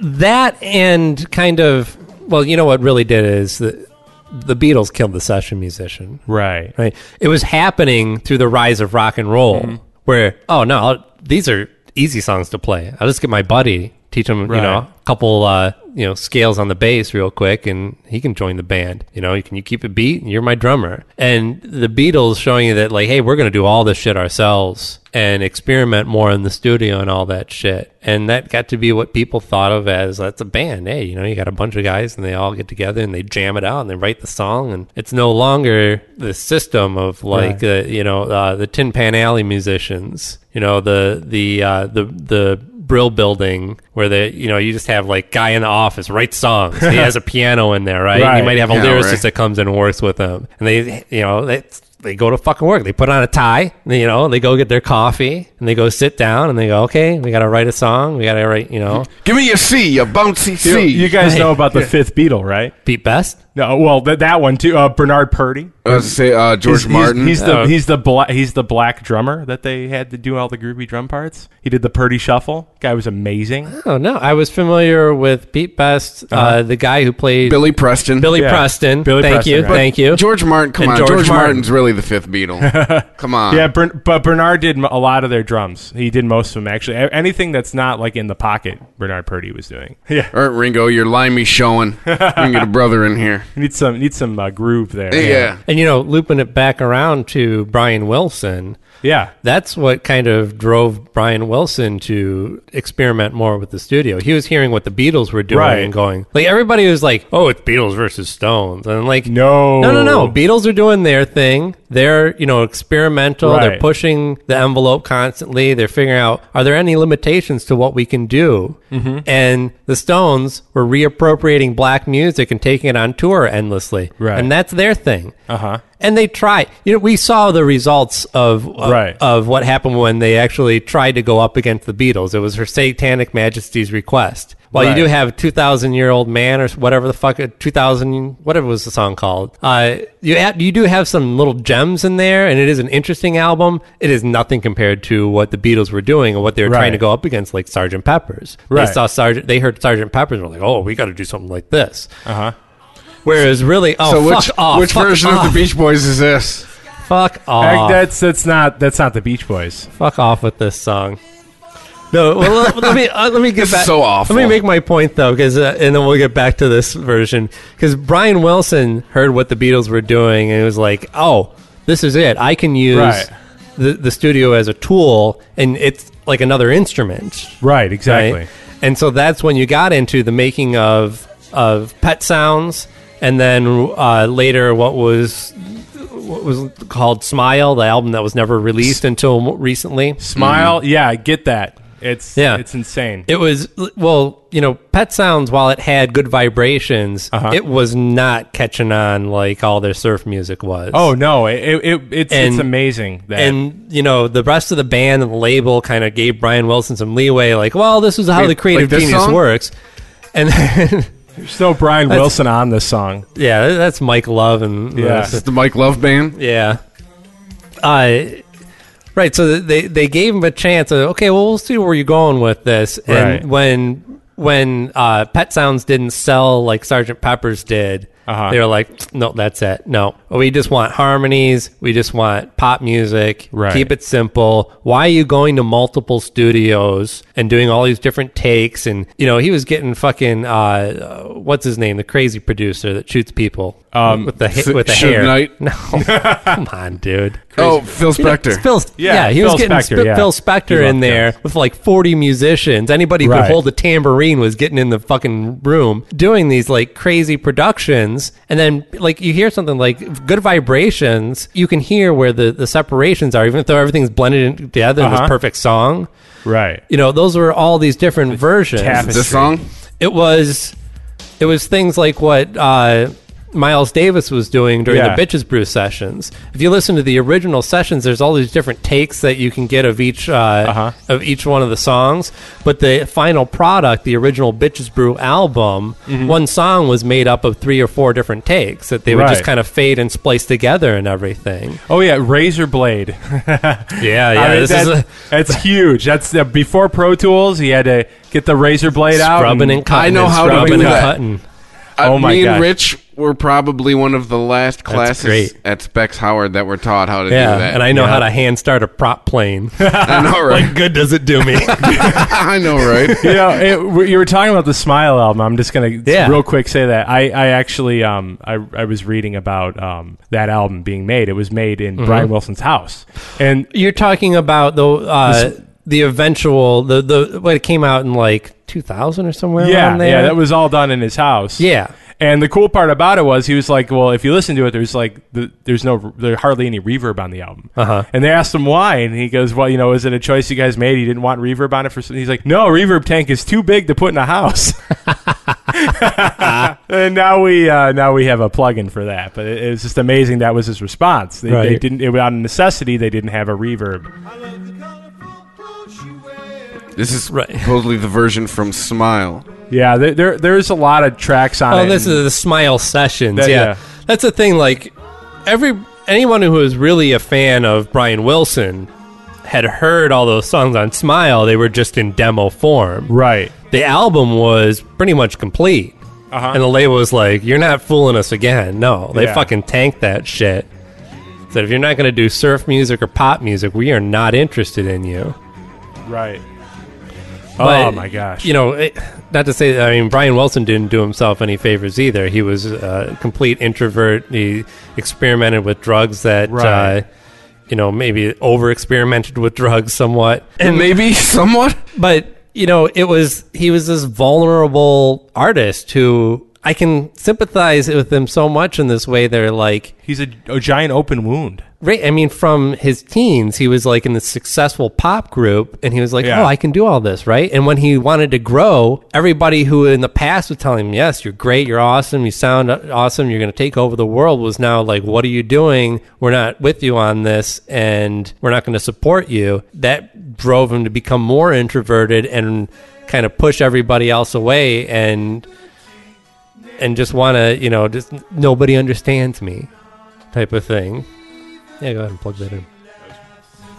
B: that and kind of. Well, you know what really did is the the Beatles killed the session musician.
E: right.
B: Right. It was happening through the rise of rock and roll,
E: Mm-hmm.
B: where oh no, I'll- these are easy songs to play. I'll just get my buddy, teach him, you
E: Right.
B: know, a couple, uh, you know, scales on the bass real quick, and he can join the band. You know, you can you keep a beat, and you're my drummer. And the Beatles showing you that like, hey, we're gonna do all this shit ourselves and experiment more in the studio and all that shit. And that got to be what people thought of as that's a band. Hey, you know, you got a bunch of guys and they all get together and they jam it out and they write the song. And it's no longer the system of like, uh, you know, uh, the Tin Pan Alley musicians, you know, the, the, uh, the, the, Brill building where they, you know, you just have like guy in the office writes songs. he has a piano in there, right? And
E: Right.
B: You might have a
D: Yeah,
B: lyricist
D: right.
B: that comes and works with them, and they, you know, they they go to fucking work. They put on a tie, they- you know, they go get their coffee, and they go sit down, and they go, okay, we got to write a song. We got to write, you know,
D: Give me a C, a bouncy
E: You,
D: C.
E: you guys know about the fifth Beatle, right?
B: Pete Best.
E: No. Well, th- that one too. Uh, Bernard Purdy.
D: I was gonna say uh, George
E: He's- he's-
D: Martin.
E: He's, the
B: Oh.
E: he's the black he's the black drummer that they had to do all the groovy drum parts. He did the Purdy Shuffle. Guy was amazing.
B: Oh no, I was familiar with Pete Best, uh the guy who played Billy,
D: Billy Preston.
E: Uh-huh. Yeah.
B: Preston.
E: Billy
B: thank
E: Preston,
B: you,
E: right.
B: thank you.
D: George Martin. Come
B: And
D: on, George,
B: George Martin.
D: Martin's really the fifth Beatle. come on.
E: Yeah, Bern- but Bernard did m- a lot of their drums. He did most of them actually. A- Anything that's not like in the pocket, Bernard Purdy was doing. Yeah,
D: All right, Ringo, your line me showing. We can get a brother in here.
E: need some need some uh, groove there.
D: Yeah.
B: and you know, looping it back around to Brian Wilson.
E: yeah.
B: that's what kind of drove Brian Wilson to experiment more with the studio. He was hearing what the Beatles were doing
E: Right.
B: and going like everybody was like, "Oh, it's Beatles versus Stones," and I'm like,
E: No.
B: no, no, no. Beatles are doing their thing. They're you know experimental.
E: Right.
B: They're pushing the envelope constantly. They're figuring out are there any limitations to what we can do.
E: Mm-hmm.
B: And the Stones were reappropriating black music and taking it on tour endlessly.
E: Right.
B: and that's their thing. Uh
E: Uh-huh.
B: And they try. You know, we saw the results of uh,
E: Right.
B: of what happened when they actually tried to go up against the Beatles. It was Her Satanic Majesty's request. While
E: Right.
B: you do have two thousand year old man or whatever the fuck two thousand whatever was the song called, uh, you have, you do have some little gems in there, and it is an interesting album. It is nothing compared to what the Beatles were doing and what they were
E: Right.
B: trying to go up against, like Sergeant Pepper's.
E: Right.
B: They saw Sergeant, they heard Sergeant Pepper's, and were like, "Oh, we got to do something like this."
E: Uh huh.
B: Whereas really, oh,
D: Uh-huh. So
B: fuck
D: which
B: off,
D: which
B: fuck
D: version
B: off,
D: of the Beach Boys is this?
B: Fuck off.
E: that's that's not that's not the Beach Boys.
B: fuck off with this song. No, well, let, let me uh, let me get
D: This is
B: back.
D: so awful.
B: Let me make my point though, because uh, and then we'll get back to this version. Because Brian Wilson heard what the Beatles were doing and he was like, "Oh, this is it. I can use
E: Right.
B: the the studio as a tool, and it's like another instrument."
E: Right. Exactly.
B: right? And so that's when you got into the making of of Pet Sounds, and then uh, later what was what was called Smile, the album that was never released until recently.
E: Smile. Yeah, I get that. It's
B: Mm. Yeah.
E: It's insane.
B: It was well, you know, Pet Sounds while it had good vibrations,
D: Uh-huh.
B: it was not catching on like all their surf music was.
E: oh no, it, it, it it's it's
B: And-
E: amazing that
B: And you know the rest of the band and the label kind of gave Brian Wilson some leeway, like, well, this is how
D: Wait,
B: the creative
D: like this
B: genius
D: song?
B: works. And then,
E: there's no Brian Wilson on this song.
B: yeah, that's Mike Love and the
E: Yeah.
B: rest of
D: Is the Mike Love band?
B: Yeah. Uh, right. So they they gave him a chance. Of, okay, well, we'll see where you're going with this.
E: Right.
B: And when when uh, Pet Sounds didn't sell like Sergeant Pepper's did,
E: Uh-huh.
B: They were like, no, that's it. No, we just want harmonies. We just want pop music.
E: Right.
B: Keep it simple. Why are you going to multiple studios and doing all these different takes? And you know, he was getting fucking uh, uh, what's his name, the crazy producer that shoots people um, with the ha- with the
D: Suge
B: hair.
D: Knight?
B: No, come on, dude.
D: Oh, Phil
B: You know,
D: Spector.
B: Phil, yeah,
E: Yeah,
B: he was
E: Phil
B: getting
E: Spector,
B: Sp-
E: yeah.
B: Phil
E: He
B: Spector
E: loved
B: in there
E: Phil.
B: with like 40 musicians. Anybody who
E: Right.
B: could hold a tambourine was getting in the fucking room doing these like crazy productions. And then, like, you hear something like Good Vibrations, you can hear where the, the separations are, even though everything's blended in together in
E: Uh-huh.
B: this perfect song.
E: Right.
B: You know, those were all these different versions
E: Tapestry.
D: This song?
B: it was it was things like what uh, Miles Davis was doing during
E: Yeah.
B: the Bitches Brew sessions. If you listen to the original sessions, there's all these different takes that you can get of each uh, of each one of the songs. But the final product, the original Bitches Brew album, one song was made up of three or four different takes that they would just
E: Right.
B: kind of fade and splice together and everything.
E: Oh yeah, Razor Blade.
B: Yeah,
E: I mean,
B: this
E: that-
B: is a
E: that's huge. That's uh, before Pro Tools. He had to get the razor blade out.
B: scrubbing and cutting.
D: I know
B: and
D: how to
B: scrubbing
D: do
B: and
D: that.
B: cutting.
D: Uh,
E: Oh, my
D: Me
E: gosh.
D: and Rich were probably one of the last classes
B: great.
D: at Specs Howard that were taught how to
B: Yeah,
D: do that.
B: and I know how to hand start a prop plane.
D: I know, right?
B: Good does it do me?
D: I know, right?
E: you know, it, we- you were talking about the Smile album. I'm just gonna
B: Yeah.
E: real quick say that I, I actually um I, I was reading about um that album being made. It was made in
B: Mm-hmm.
E: Brian Wilson's house, and
B: You're talking about the uh, the eventual the the what it came out in like 2000 or somewhere
E: yeah,
B: around there.
E: yeah, that was all done in his house.
B: Yeah.
E: And the cool part about it was he was like, well, if you listen to it, there's like, the, there's no, there hardly any reverb on the album. Uh-huh. And they asked him why, and he goes, well, you know, is it a choice you guys made? You didn't want reverb on it for. some-" He's like, no, reverb tank is too big to put in a house. and now we, uh, now we have a plugin for that. But it, it was just amazing that was his response. They, they
B: Right.
E: didn't, it was out of necessity. They didn't have a reverb.
D: This is
B: Right.
D: supposedly the version from Smile.
E: Yeah, there, there there's a lot of tracks on it.
B: Oh, this
E: and-
B: is the Smile Sessions.
E: That-
B: yeah.
E: yeah.
B: that's the thing. Like every anyone who is really a fan of Brian Wilson had heard all those songs on Smile. They were just in demo form.
E: right.
B: the album was pretty much complete. And the label was like, "You're not fooling us again." No, they
E: Uh-huh. Yeah.
B: fucking tanked that shit. Said, "If you're not going to do surf music or pop music, we are not interested in you."
E: Right. oh
B: But,
E: my gosh.
B: You know, it, not to say. I mean, Brian Wilson didn't do himself any favors either. He was a complete introvert. He experimented with drugs that,
E: Right.
B: uh, you know, maybe over experimented with drugs somewhat. And
D: Maybe somewhat.
B: but you know it was he was this vulnerable artist who i can sympathize with him so much in this way they're like
E: He's a, a giant open wound.
B: right i mean from his teens he was like in this successful pop group and he was like
E: Yeah.
B: oh i can do all this right and when he wanted to grow everybody who in the past was telling him yes you're great you're awesome you sound uh, awesome you're going to take over the world was now like what are you doing we're not with you on this and we're not going to support you that drove him to become more introverted and kind of push everybody else away and and just want to you know just nobody understands me type of thing yeah, go ahead and plug that in.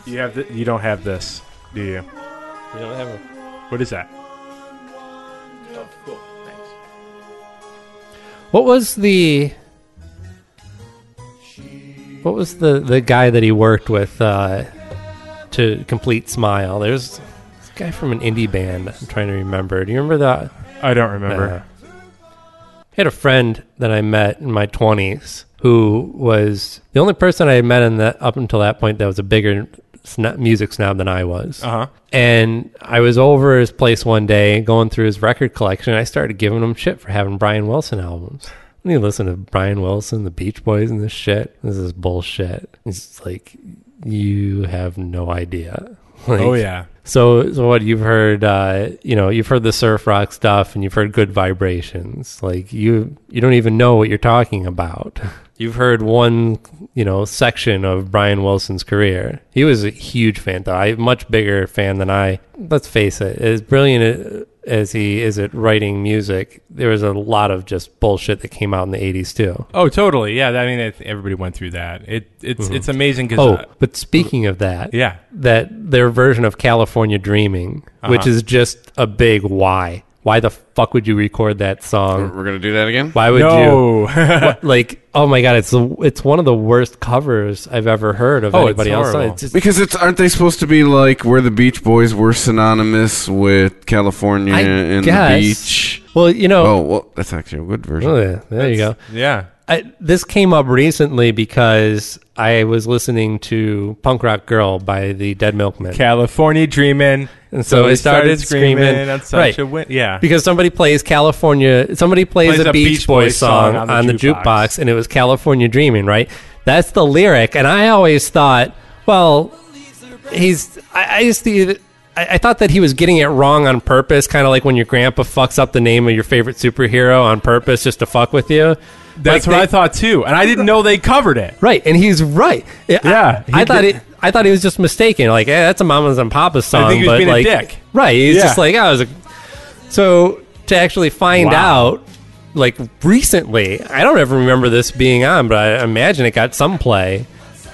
E: You have th- you don't have this, do you? What is that?
B: What was the what was the the guy that he worked with uh, to complete Smile? There's this guy from an indie band. I'm trying to remember. Do you remember that?
E: I don't remember.
B: Uh, I had a friend that I met in my 20s who was the only person I had met in that up until that point that was a bigger sno- music snob than I was.
E: Uh-huh.
B: And I was over his place one day going through his record collection. And I started giving him shit for having Brian Wilson albums. And he listened to Brian Wilson, the Beach Boys, and this shit. This is bullshit. It's like, you have no idea. Like,
E: oh yeah.
B: so, so what you've heard, uh, you know, you've heard the surf rock stuff, and you've heard good vibrations. Like you, you don't even know what you're talking about. You've heard one, you know, section of Brian Wilson's career. He was a huge fan, though. I much bigger fan than I. Let's face it, as brilliant as he is at writing music, there was a lot of just bullshit that came out in the '80s too.
E: Oh totally. Yeah. I mean, it, everybody went through that. It it's it's amazing because
B: Oh, but speaking of that,
E: Yeah. Uh-huh.
B: that their version of California Dreaming, which is just a big why. why the fuck would you record that
D: We're
B: song?
D: gonna do that again.
B: Why would you?
E: no.
B: What- like, oh my god, it's the, it's one of the worst covers I've ever heard of
E: Oh, it's
B: anybody else.
E: horrible.
B: It's just-
D: Because it's aren't they supposed to be like where the Beach Boys were synonymous with California
B: I
D: and the
B: guess.
D: beach?
B: well, you
D: Oh,
B: know,
D: well, that's actually a good version.
B: oh, yeah, there you go.
E: yeah.
B: I, this came up recently because I was listening to Punk Rock Girl by the Dead Milkmen.
E: California dreaming.
B: And so, it started, screaming,
E: on such
B: right.
E: a win. Yeah.
B: Because somebody plays California, somebody plays, a, Beach, Boys song on the, jukebox. and it was California Dreaming, right? That's the lyric, and I always thought, well, he's. I, I just the. I I thought that he was getting it wrong on purpose, kind of like when your grandpa fucks up the name of your favorite superhero on purpose just to fuck with you.
E: That's
B: Like,
E: what
B: they-
E: I thought too. And I didn't know they covered it.
B: Right, and he's right. I-
E: Yeah,
B: I,
E: he
B: thought
E: did-
B: it. I thought he was just mistaken. Like, eh, that's a mama's and papa's song.
E: I think he was
B: but
E: being a
B: like,
E: dick.
B: Right, he's
E: Yeah.
B: just like, "Oh, I was. A, so to actually find
E: Wow.
B: out, like recently, I don't ever remember this being on, but I imagine it got some play.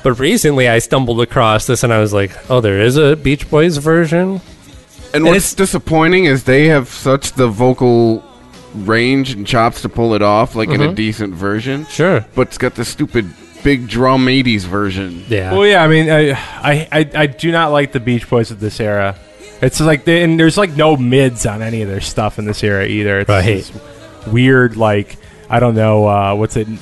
B: But recently, I stumbled across this, and I was like, "Oh, there is a Beach Boys version."
D: And
B: And
D: what's
B: it's-
D: disappointing is they have such the vocal range and chops to pull it off, like in a decent version.
B: Mm-hmm. Sure.
D: But it's got the stupid big drum 80s version.
B: Yeah.
E: Well, yeah. I mean, I, I, I, I do not like the Beach Boys of this era. It's like, they, and there's like no mids on any of their stuff in this era either. It's
B: Right.
E: this weird, like I don't know uh, what's it, n-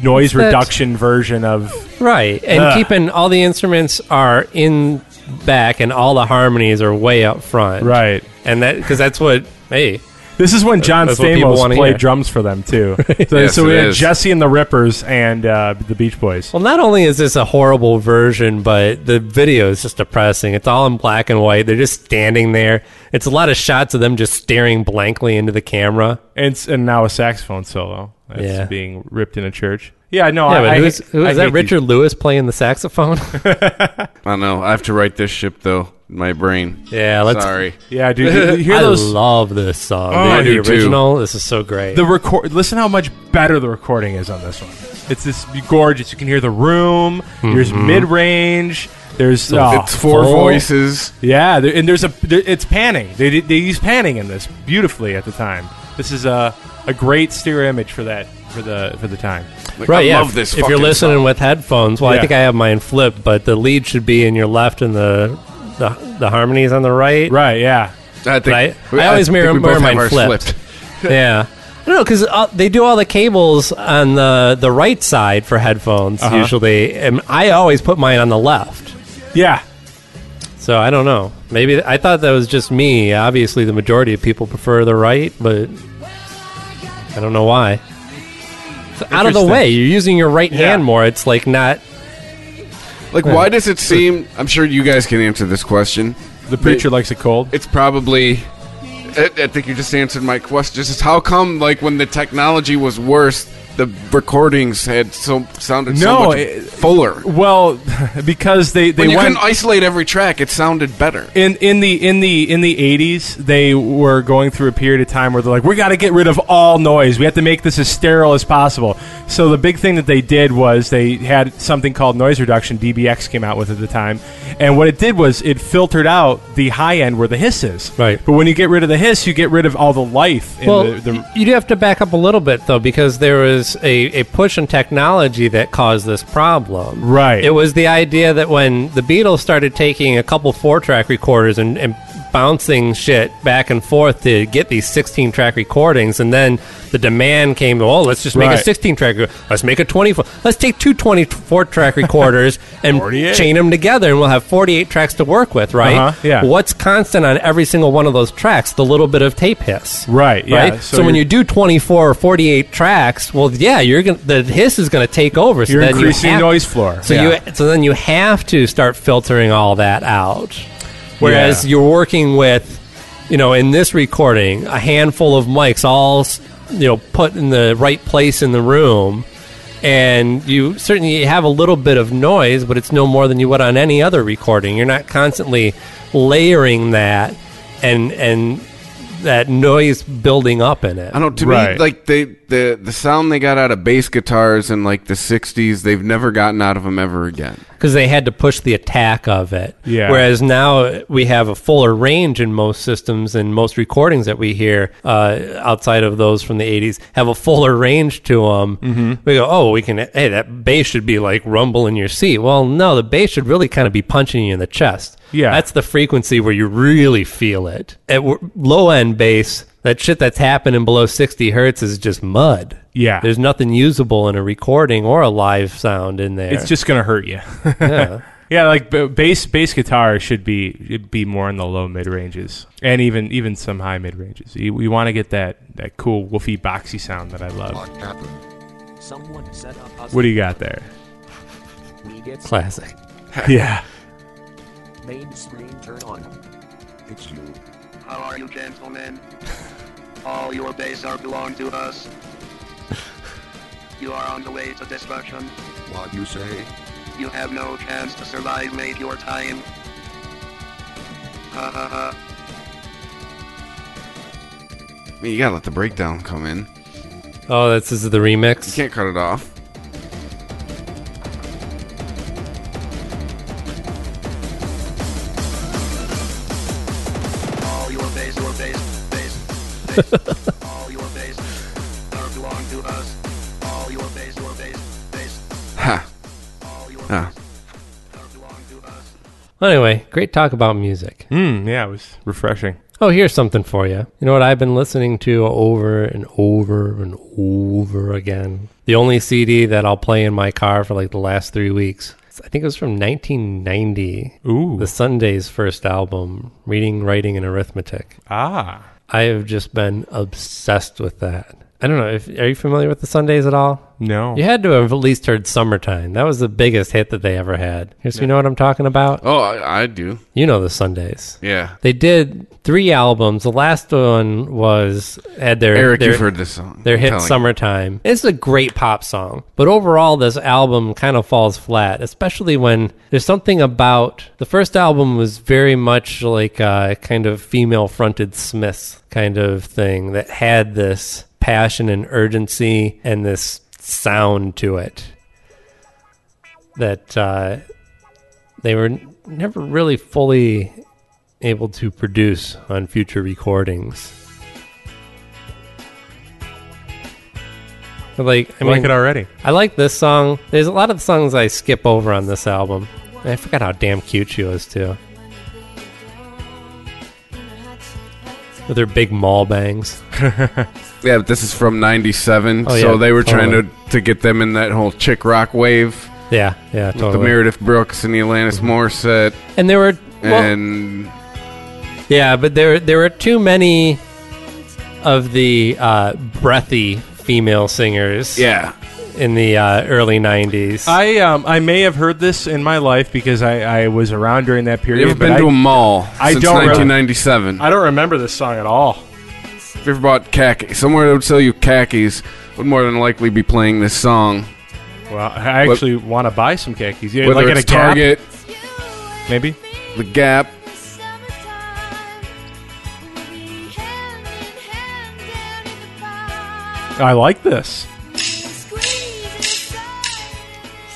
E: noise
B: that?
E: reduction version of.
B: Right, and
E: Ugh.
B: keeping all the instruments are in back, and all the harmonies are way up front.
E: Right.
B: and that because that's what hey
E: This is when John
B: That's what people
E: Stamos
B: wanna
E: played
B: hear.
E: drums for them too. So,
D: Yes,
E: so we
D: it
E: had
D: is.
E: Jesse and the Rippers and uh, the Beach Boys.
B: well not only is this a horrible version but the video is just depressing it's all in black and white they're just standing there it's a lot of shots of them just staring blankly into the camera
E: and s- and now a saxophone solo that's
B: Yeah.
E: being ripped in a church. Yeah, no,
B: yeah
E: I,
B: but
E: I,
B: who's, who,
E: I
B: is that
E: hate these-
B: richard lewis playing the saxophone
D: I don't know. I have to write this ship, though, in my brain.
B: yeah let's
D: Sorry.
E: Yeah, dude, you, you hear
B: I
E: those?
B: love this song.
E: Oh,
B: the,
E: I
B: the
D: do too.
B: original. This is so great.
E: the record. Listen how much better the recording is on this one. It's this gorgeous. You can hear the room. There's mid range. There's oh,
D: Mm-hmm. it's four
E: full-
D: voices.
E: Yeah, there, and there's a there, it's panning. They did- they use panning in this beautifully at the time. This is a a great stereo image for that for the for the time.
D: Like,
B: right.
D: I
B: yeah.
D: love this
B: if you're
D: fucking
B: listening with headphones, well,
E: Yeah.
B: I think I have mine flipped, but the lead should be in your left and the the, the harmonies on the right.
E: Right. Yeah.
D: song. I, think,
B: I, I always
D: think
B: mirror,
D: we
B: mirror
D: both have
B: mine
D: ours
B: flipped. yeah. I don't know because uh, they do all the cables on the the right side for headphones
D: Uh-huh.
B: usually, and I always put mine on the left.
E: Yeah.
B: So I don't know. Maybe I thought that was just me. Obviously, the majority of people prefer the right, but I don't know why. It's out of the
E: Interesting.
B: way. You're using your right hand more. It's like not
D: Like, why does it seem. I'm sure you guys can answer this question.
E: The preacher likes it cold.
D: it's probably I, I think you just answered my question just how come like when the technology was worse the recordings had so sounded so
E: No,
D: much
E: it-
D: fuller
E: Well, because they they
D: when you
E: went
D: couldn't isolate every track it sounded better
E: in in the in the in the eighties, they were going through a period of time where they're like, we got to get rid of all noise. We have to make this as sterile as possible. So the big thing that they did was they had something called noise reduction. DBX came out with at the time, and what it did was it filtered out the high end where the hiss is.
B: Right.
E: But when you get rid of the hiss, you get rid of all the life. In
B: well,
E: the, the,
B: y- you do have to back up a little bit though, because there was a, a push in technology that caused this problem.
E: Right.
B: It was the idea that when the Beatles started taking a couple four track recorders and, and bouncing shit back and forth to get these sixteen track recordings, and then the demand came. Oh, let's just make a
E: Right.
B: sixteen track. record- Let's make a twenty four. Let's take two 24 track recorders and
E: 48.
B: chain them together, and we'll have forty eight tracks to work with. Right.
E: Uh-huh, yeah.
B: What's constant on every single one of those tracks? The little bit of tape hiss
E: Right, yeah, so
B: so, when
E: you're-
B: you do 24 or 48 tracks well yeah you're gonna the hiss is gonna take over so
E: you're
B: then you
E: increasing
B: have-
E: noise floor.
B: so you so then you have to start filtering all that out whereas
E: Yeah.
B: you're working with you know in this recording a handful of mics all s- you know put in the right place in the room and you certainly have a little bit of noise but it's no more than you would on any other recording you're not constantly layering that and and that noise building up in it.
D: I don't. To
E: Right.
D: me, like they the the sound they got out of bass guitars in like the '60s, they've never gotten out of them ever again.
B: because they had to push the attack of it.
E: Yeah.
B: Whereas now we have a fuller range in most systems and most recordings that we hear uh, outside of those from the '80s have a fuller range to them.
E: Mm-hmm.
B: We go, oh, we can. Hey, that bass should be like rumble in your seat. Well, no, the bass should really kind of be punching you in the chest.
E: Yeah.
B: that's the frequency where you really feel it. At w- low end bass. That shit that's happening below 60 hertz is just mud.
E: Yeah.
B: There's nothing usable in a recording or a live sound in there.
E: It's just gonna hurt you. yeah. like b- bass bass guitar should be it'd be more in the low mid ranges, and even even some high mid ranges. You, you want to get that that cool woofy boxy sound that I love.
J: Someone set up
E: What do you got there?
J: We get
B: classic.
E: yeah,
J: main screen turn on.
K: It's you. How are you, gentlemen? All your base are belong to us. You are on the way to destruction.
I: What you say?
K: You have no chance to survive. Make your time. Ha ha ha.
D: I mean, you gotta let the breakdown come in. You
B: Oh, that's this is the remix.
D: can't cut it off.
K: All your base, your base, base, base. All your base are belong to us. All your base, your base, base.
D: Ha.
K: All your
D: Ah.
K: base are belong to us.
B: Anyway, great talk about music.
E: mm, yeah, it was refreshing.
B: Oh, here's something for you. You know what I've been listening to over and over and over again? The only CD that I'll play in my car for like the last three weeks. I think it was from 1990.
E: Ooh,
B: The Sundays' first album, Reading, Writing, and Arithmetic.
E: ah,
B: I have just been obsessed with that. I don't know. If, are you familiar with the Sundays at all?
E: no,
B: You had to have at least heard "Summertime." That was the biggest hit that they ever had. Yes, you know what I'm talking about.
D: Oh, I, I do.
B: You know the Sundays.
D: Yeah.
B: They did three albums. The last one was had their
D: Eric,
B: their,
D: you've heard this song.
B: their
D: I'm
B: hit
D: telling you.
B: "Summertime." It's a great pop song, but overall, this album kind of falls flat. Especially when there's something about the first album was very much like a kind of female-fronted Smiths kind of thing that had this passion and urgency and this sound to it that uh, they were n- never really fully able to produce on future recordings. But, Like I
E: I like
B: mean,
E: it already.
B: I like this song. There's a lot of songs I skip over on this album. And I forgot how damn cute she was too, with her big mall bangs.
D: Yeah, but this is from '97,
B: Oh,
D: so
B: yeah,
D: they were
B: totally.
D: trying to to get them in that whole chick rock wave.
B: Yeah, yeah,
D: The
E: Oh,
B: totally.
D: Meredith Brooks and the Alanis
E: Mm-hmm.
D: Morissette
B: and there were well,
D: and
B: Yeah, but there there are too many of the uh, breathy female singers
D: yeah.
B: in the uh, early 90s.
E: I um I may have heard this in my life because I, I was around during that period.
D: You ever
E: but
D: been
E: I,
D: to a mall
E: I
D: since
E: don't really-
D: 1997?
E: I don't remember this song at all.
D: If you ever bought khakis, somewhere that would sell you khakis would more than likely be playing this song.
E: Well, I actually want to buy some khakis. Yeah,
D: Whether
E: like at
D: it's
E: a Gap,
D: Target,
E: maybe.
D: the Gap,
E: I like this.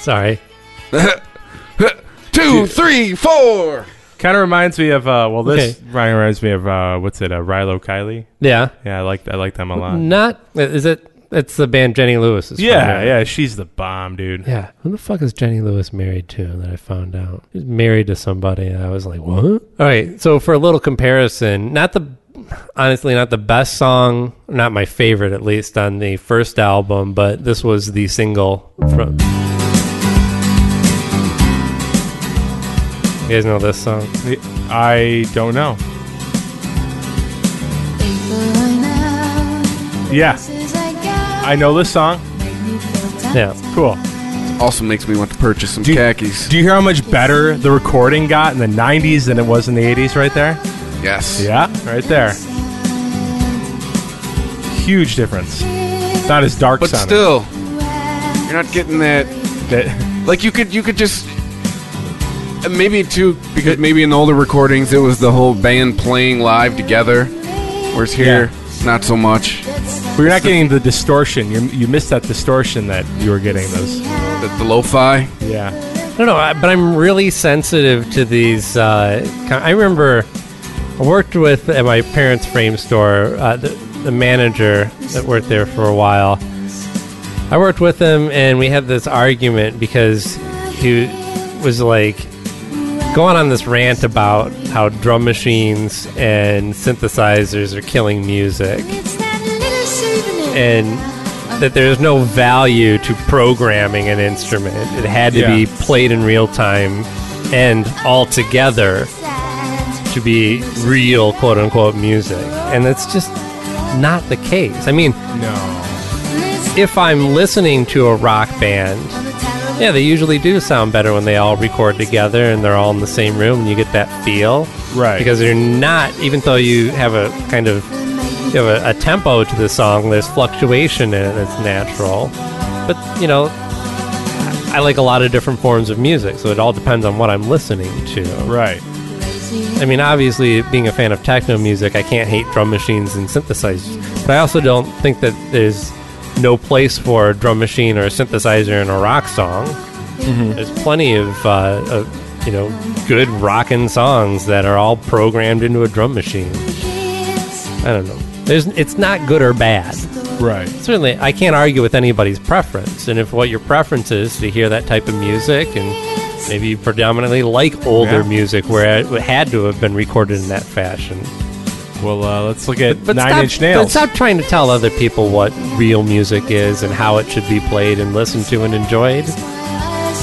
B: Sorry.
D: two, three, four.
E: Kind of reminds me of uh, well, this
B: Okay.
E: Ryan reminds me of uh, what's it? Uh, Rilo Kiley.
B: Yeah.
E: Yeah, I like I like them a lot.
B: Not is it it's the band Jenny Lewis is from,
E: Yeah,
B: right?
E: yeah, she's the bomb, dude.
B: Yeah. Who the fuck is Jenny Lewis married to that I found out? She's married to somebody and I was like, "What?" All right, so for a little comparison, not the honestly not the best song, not my favorite at least on the first album, but this was the single from You guys know this song?
E: I don't know. Yeah, I know this song.
B: Yeah.
E: Cool.
D: Also makes me want to purchase some
E: Do you-
D: khakis.
E: Do you hear how much better the recording got in the '90s than it was in the '80s? Right there.
D: yes.
E: Yeah, right there. Huge difference. It's not as dark
D: But
E: sounding.
D: still, you're not getting that.
E: That-
D: Like you could, you could just uh, maybe too because maybe in older recordings it was the whole band playing live together. Whereas here, not so much.
E: But you're not getting the distortion. You you missed that distortion that you were getting those.
D: The, the lo-fi.
E: Yeah.
B: No, no, I, but I'm really sensitive to these. Uh, ki- I remember I worked with at my parents' frame store, uh, the, the manager that worked there for a while. I worked with him, and we had this argument because he was like going on this rant about how drum machines and synthesizers are killing music and that there's no value to programming an instrument. It had to
E: Yeah.
B: be played in real time and all together to be real quote unquote music. And that's just not the case. I mean,
E: no.
B: If I'm listening to a rock band, yeah, they usually do sound better when they all record together and they're all in the same room and you get that feel.
E: Right.
B: Because they're not, even though you have a kind of, you have a, a tempo to the song, there's fluctuation in it that's natural. But, you know, I like a lot of different forms of music, so it all depends on what I'm listening to.
E: Right.
B: I mean, obviously, being a fan of techno music, I can't hate drum machines and synthesizers. But I also don't think that there's no place for a drum machine or a synthesizer in a rock song.
L: Mhm.
B: There's plenty of, uh, of, you know, good rockin' songs that are all programmed into a drum machine. I don't know. There's, it's not good or bad.
E: Right.
B: Certainly, I can't argue with anybody's preference. And if what your preference is to hear that type of music, and maybe you predominantly like older
E: Yeah.
B: music where it had to have been recorded in that fashion.
E: Well, uh, let's look at
B: But
E: Nine
B: stop,
E: Inch Nails.
B: But stop trying to tell other people what real music is and how it should be played and listened to and enjoyed.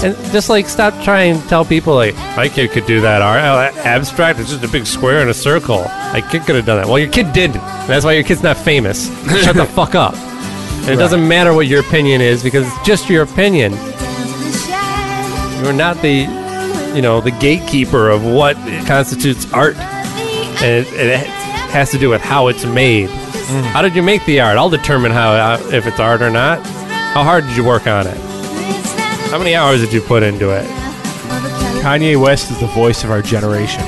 B: And just like stop trying to tell people like my kid could do that. Our abstract is just a big square and a circle. My kid could have done that. Well, your kid didn't. That's why your kid's not famous. Shut the fuck up. And it
E: Right.
B: doesn't matter what your opinion is because it's just your opinion. You're not the, you know, the gatekeeper of what constitutes art. And it, it has to do with how it's made. How did you make the art? I'll determine how uh, if it's art or not. How hard did you work on it? How many hours did you put into it?
E: Kanye West is the voice of our generation.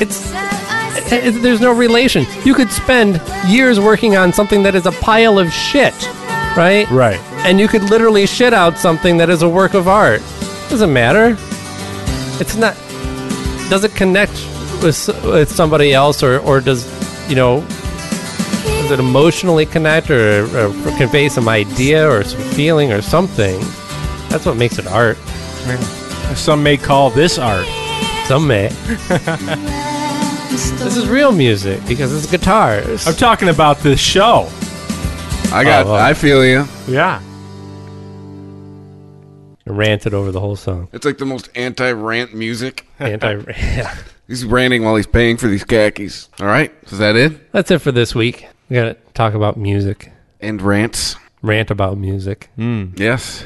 B: It's it, it- there's no relation. You could spend years working on something that is a pile of shit, right?
E: Right.
B: And you could literally shit out something that is a work of art. Doesn't matter. It's not. Does it connect with s- with somebody else, or or does you know? Does it emotionally connect, or, or convey some idea, or some feeling, or something? That's what makes it art.
E: Some may call this art.
B: Some may. This is real music because it's guitars.
E: I'm talking about this show.
D: I got.
B: Oh, well.
D: I feel you.
E: Yeah.
B: ranted over the whole song.
D: It's like the most anti-rant music.
B: Anti. yeah.
D: He's ranting while he's paying for these khakis. All right, is that it?
B: That's it for this week. We gotta talk about music.
D: And rants.
B: Rant about music.
E: Mm.
D: Yes,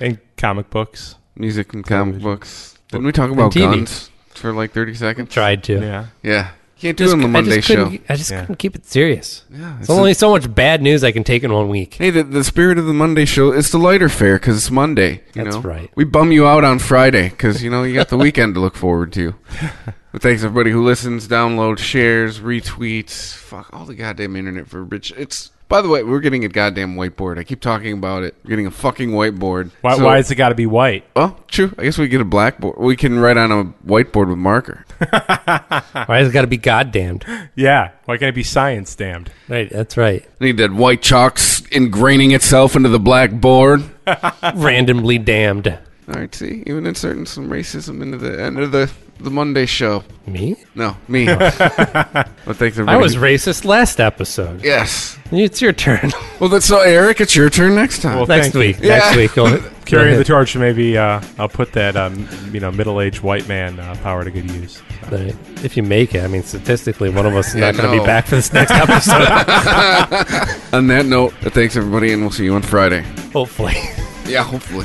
E: And comic books.
D: music and comic books. Didn't we talk about
B: TV.
D: guns for like thirty seconds?
B: Tried to.
E: Yeah.
D: Yeah, can't do
B: Just-
D: it on the
B: I just
D: Monday show.
B: couldn't- I just
E: Yeah.
B: couldn't keep it serious.
D: Yeah,
B: There's
D: it's a-
B: only so much bad news I can take in one week.
D: Hey, the, the spirit of the Monday show, it's the lighter fare because it's Monday. You
B: That's
D: know?
B: right.
D: We bum you out on Friday because, you know, you got the weekend to look forward to. But thanks everybody who listens, downloads, shares, retweets. Fuck, all the goddamn internet verbiage. It's, by the way, we're getting a goddamn whiteboard. I keep talking about it. We're getting a fucking whiteboard.
E: Why,
D: So-
E: why has it got to be white?
D: Well, true. I guess we get a blackboard. We can write on a whiteboard with marker.
B: Why has it got to be goddamned?
E: Yeah. Why can't it be science damned?
B: Right. That's right.
D: Need that white chalk s- ingraining itself into the blackboard.
B: Randomly damned.
D: All right, see, even inserting some racism into the end of the, the Monday show.
B: Me?
D: No, me. but thanks
B: I
D: everybody.
B: was racist last episode.
D: yes.
B: It's your turn.
D: Well, that's so, Eric. It's your turn next time.
E: Well,
B: Next
E: thank you.
B: week.
D: Yeah.
B: Next week. You'll,
E: Carrying
B: you'll
E: the
B: hit-
E: torch, maybe uh, I'll put that um, you know middle-aged white man uh, power to good use.
B: Right. If you make it, I mean, statistically, one of us is
D: Yeah,
B: not going to
D: no.
B: be back for this next episode.
D: On that note, thanks everybody, and we'll see you on Friday.
B: Hopefully.
D: Yeah, hopefully.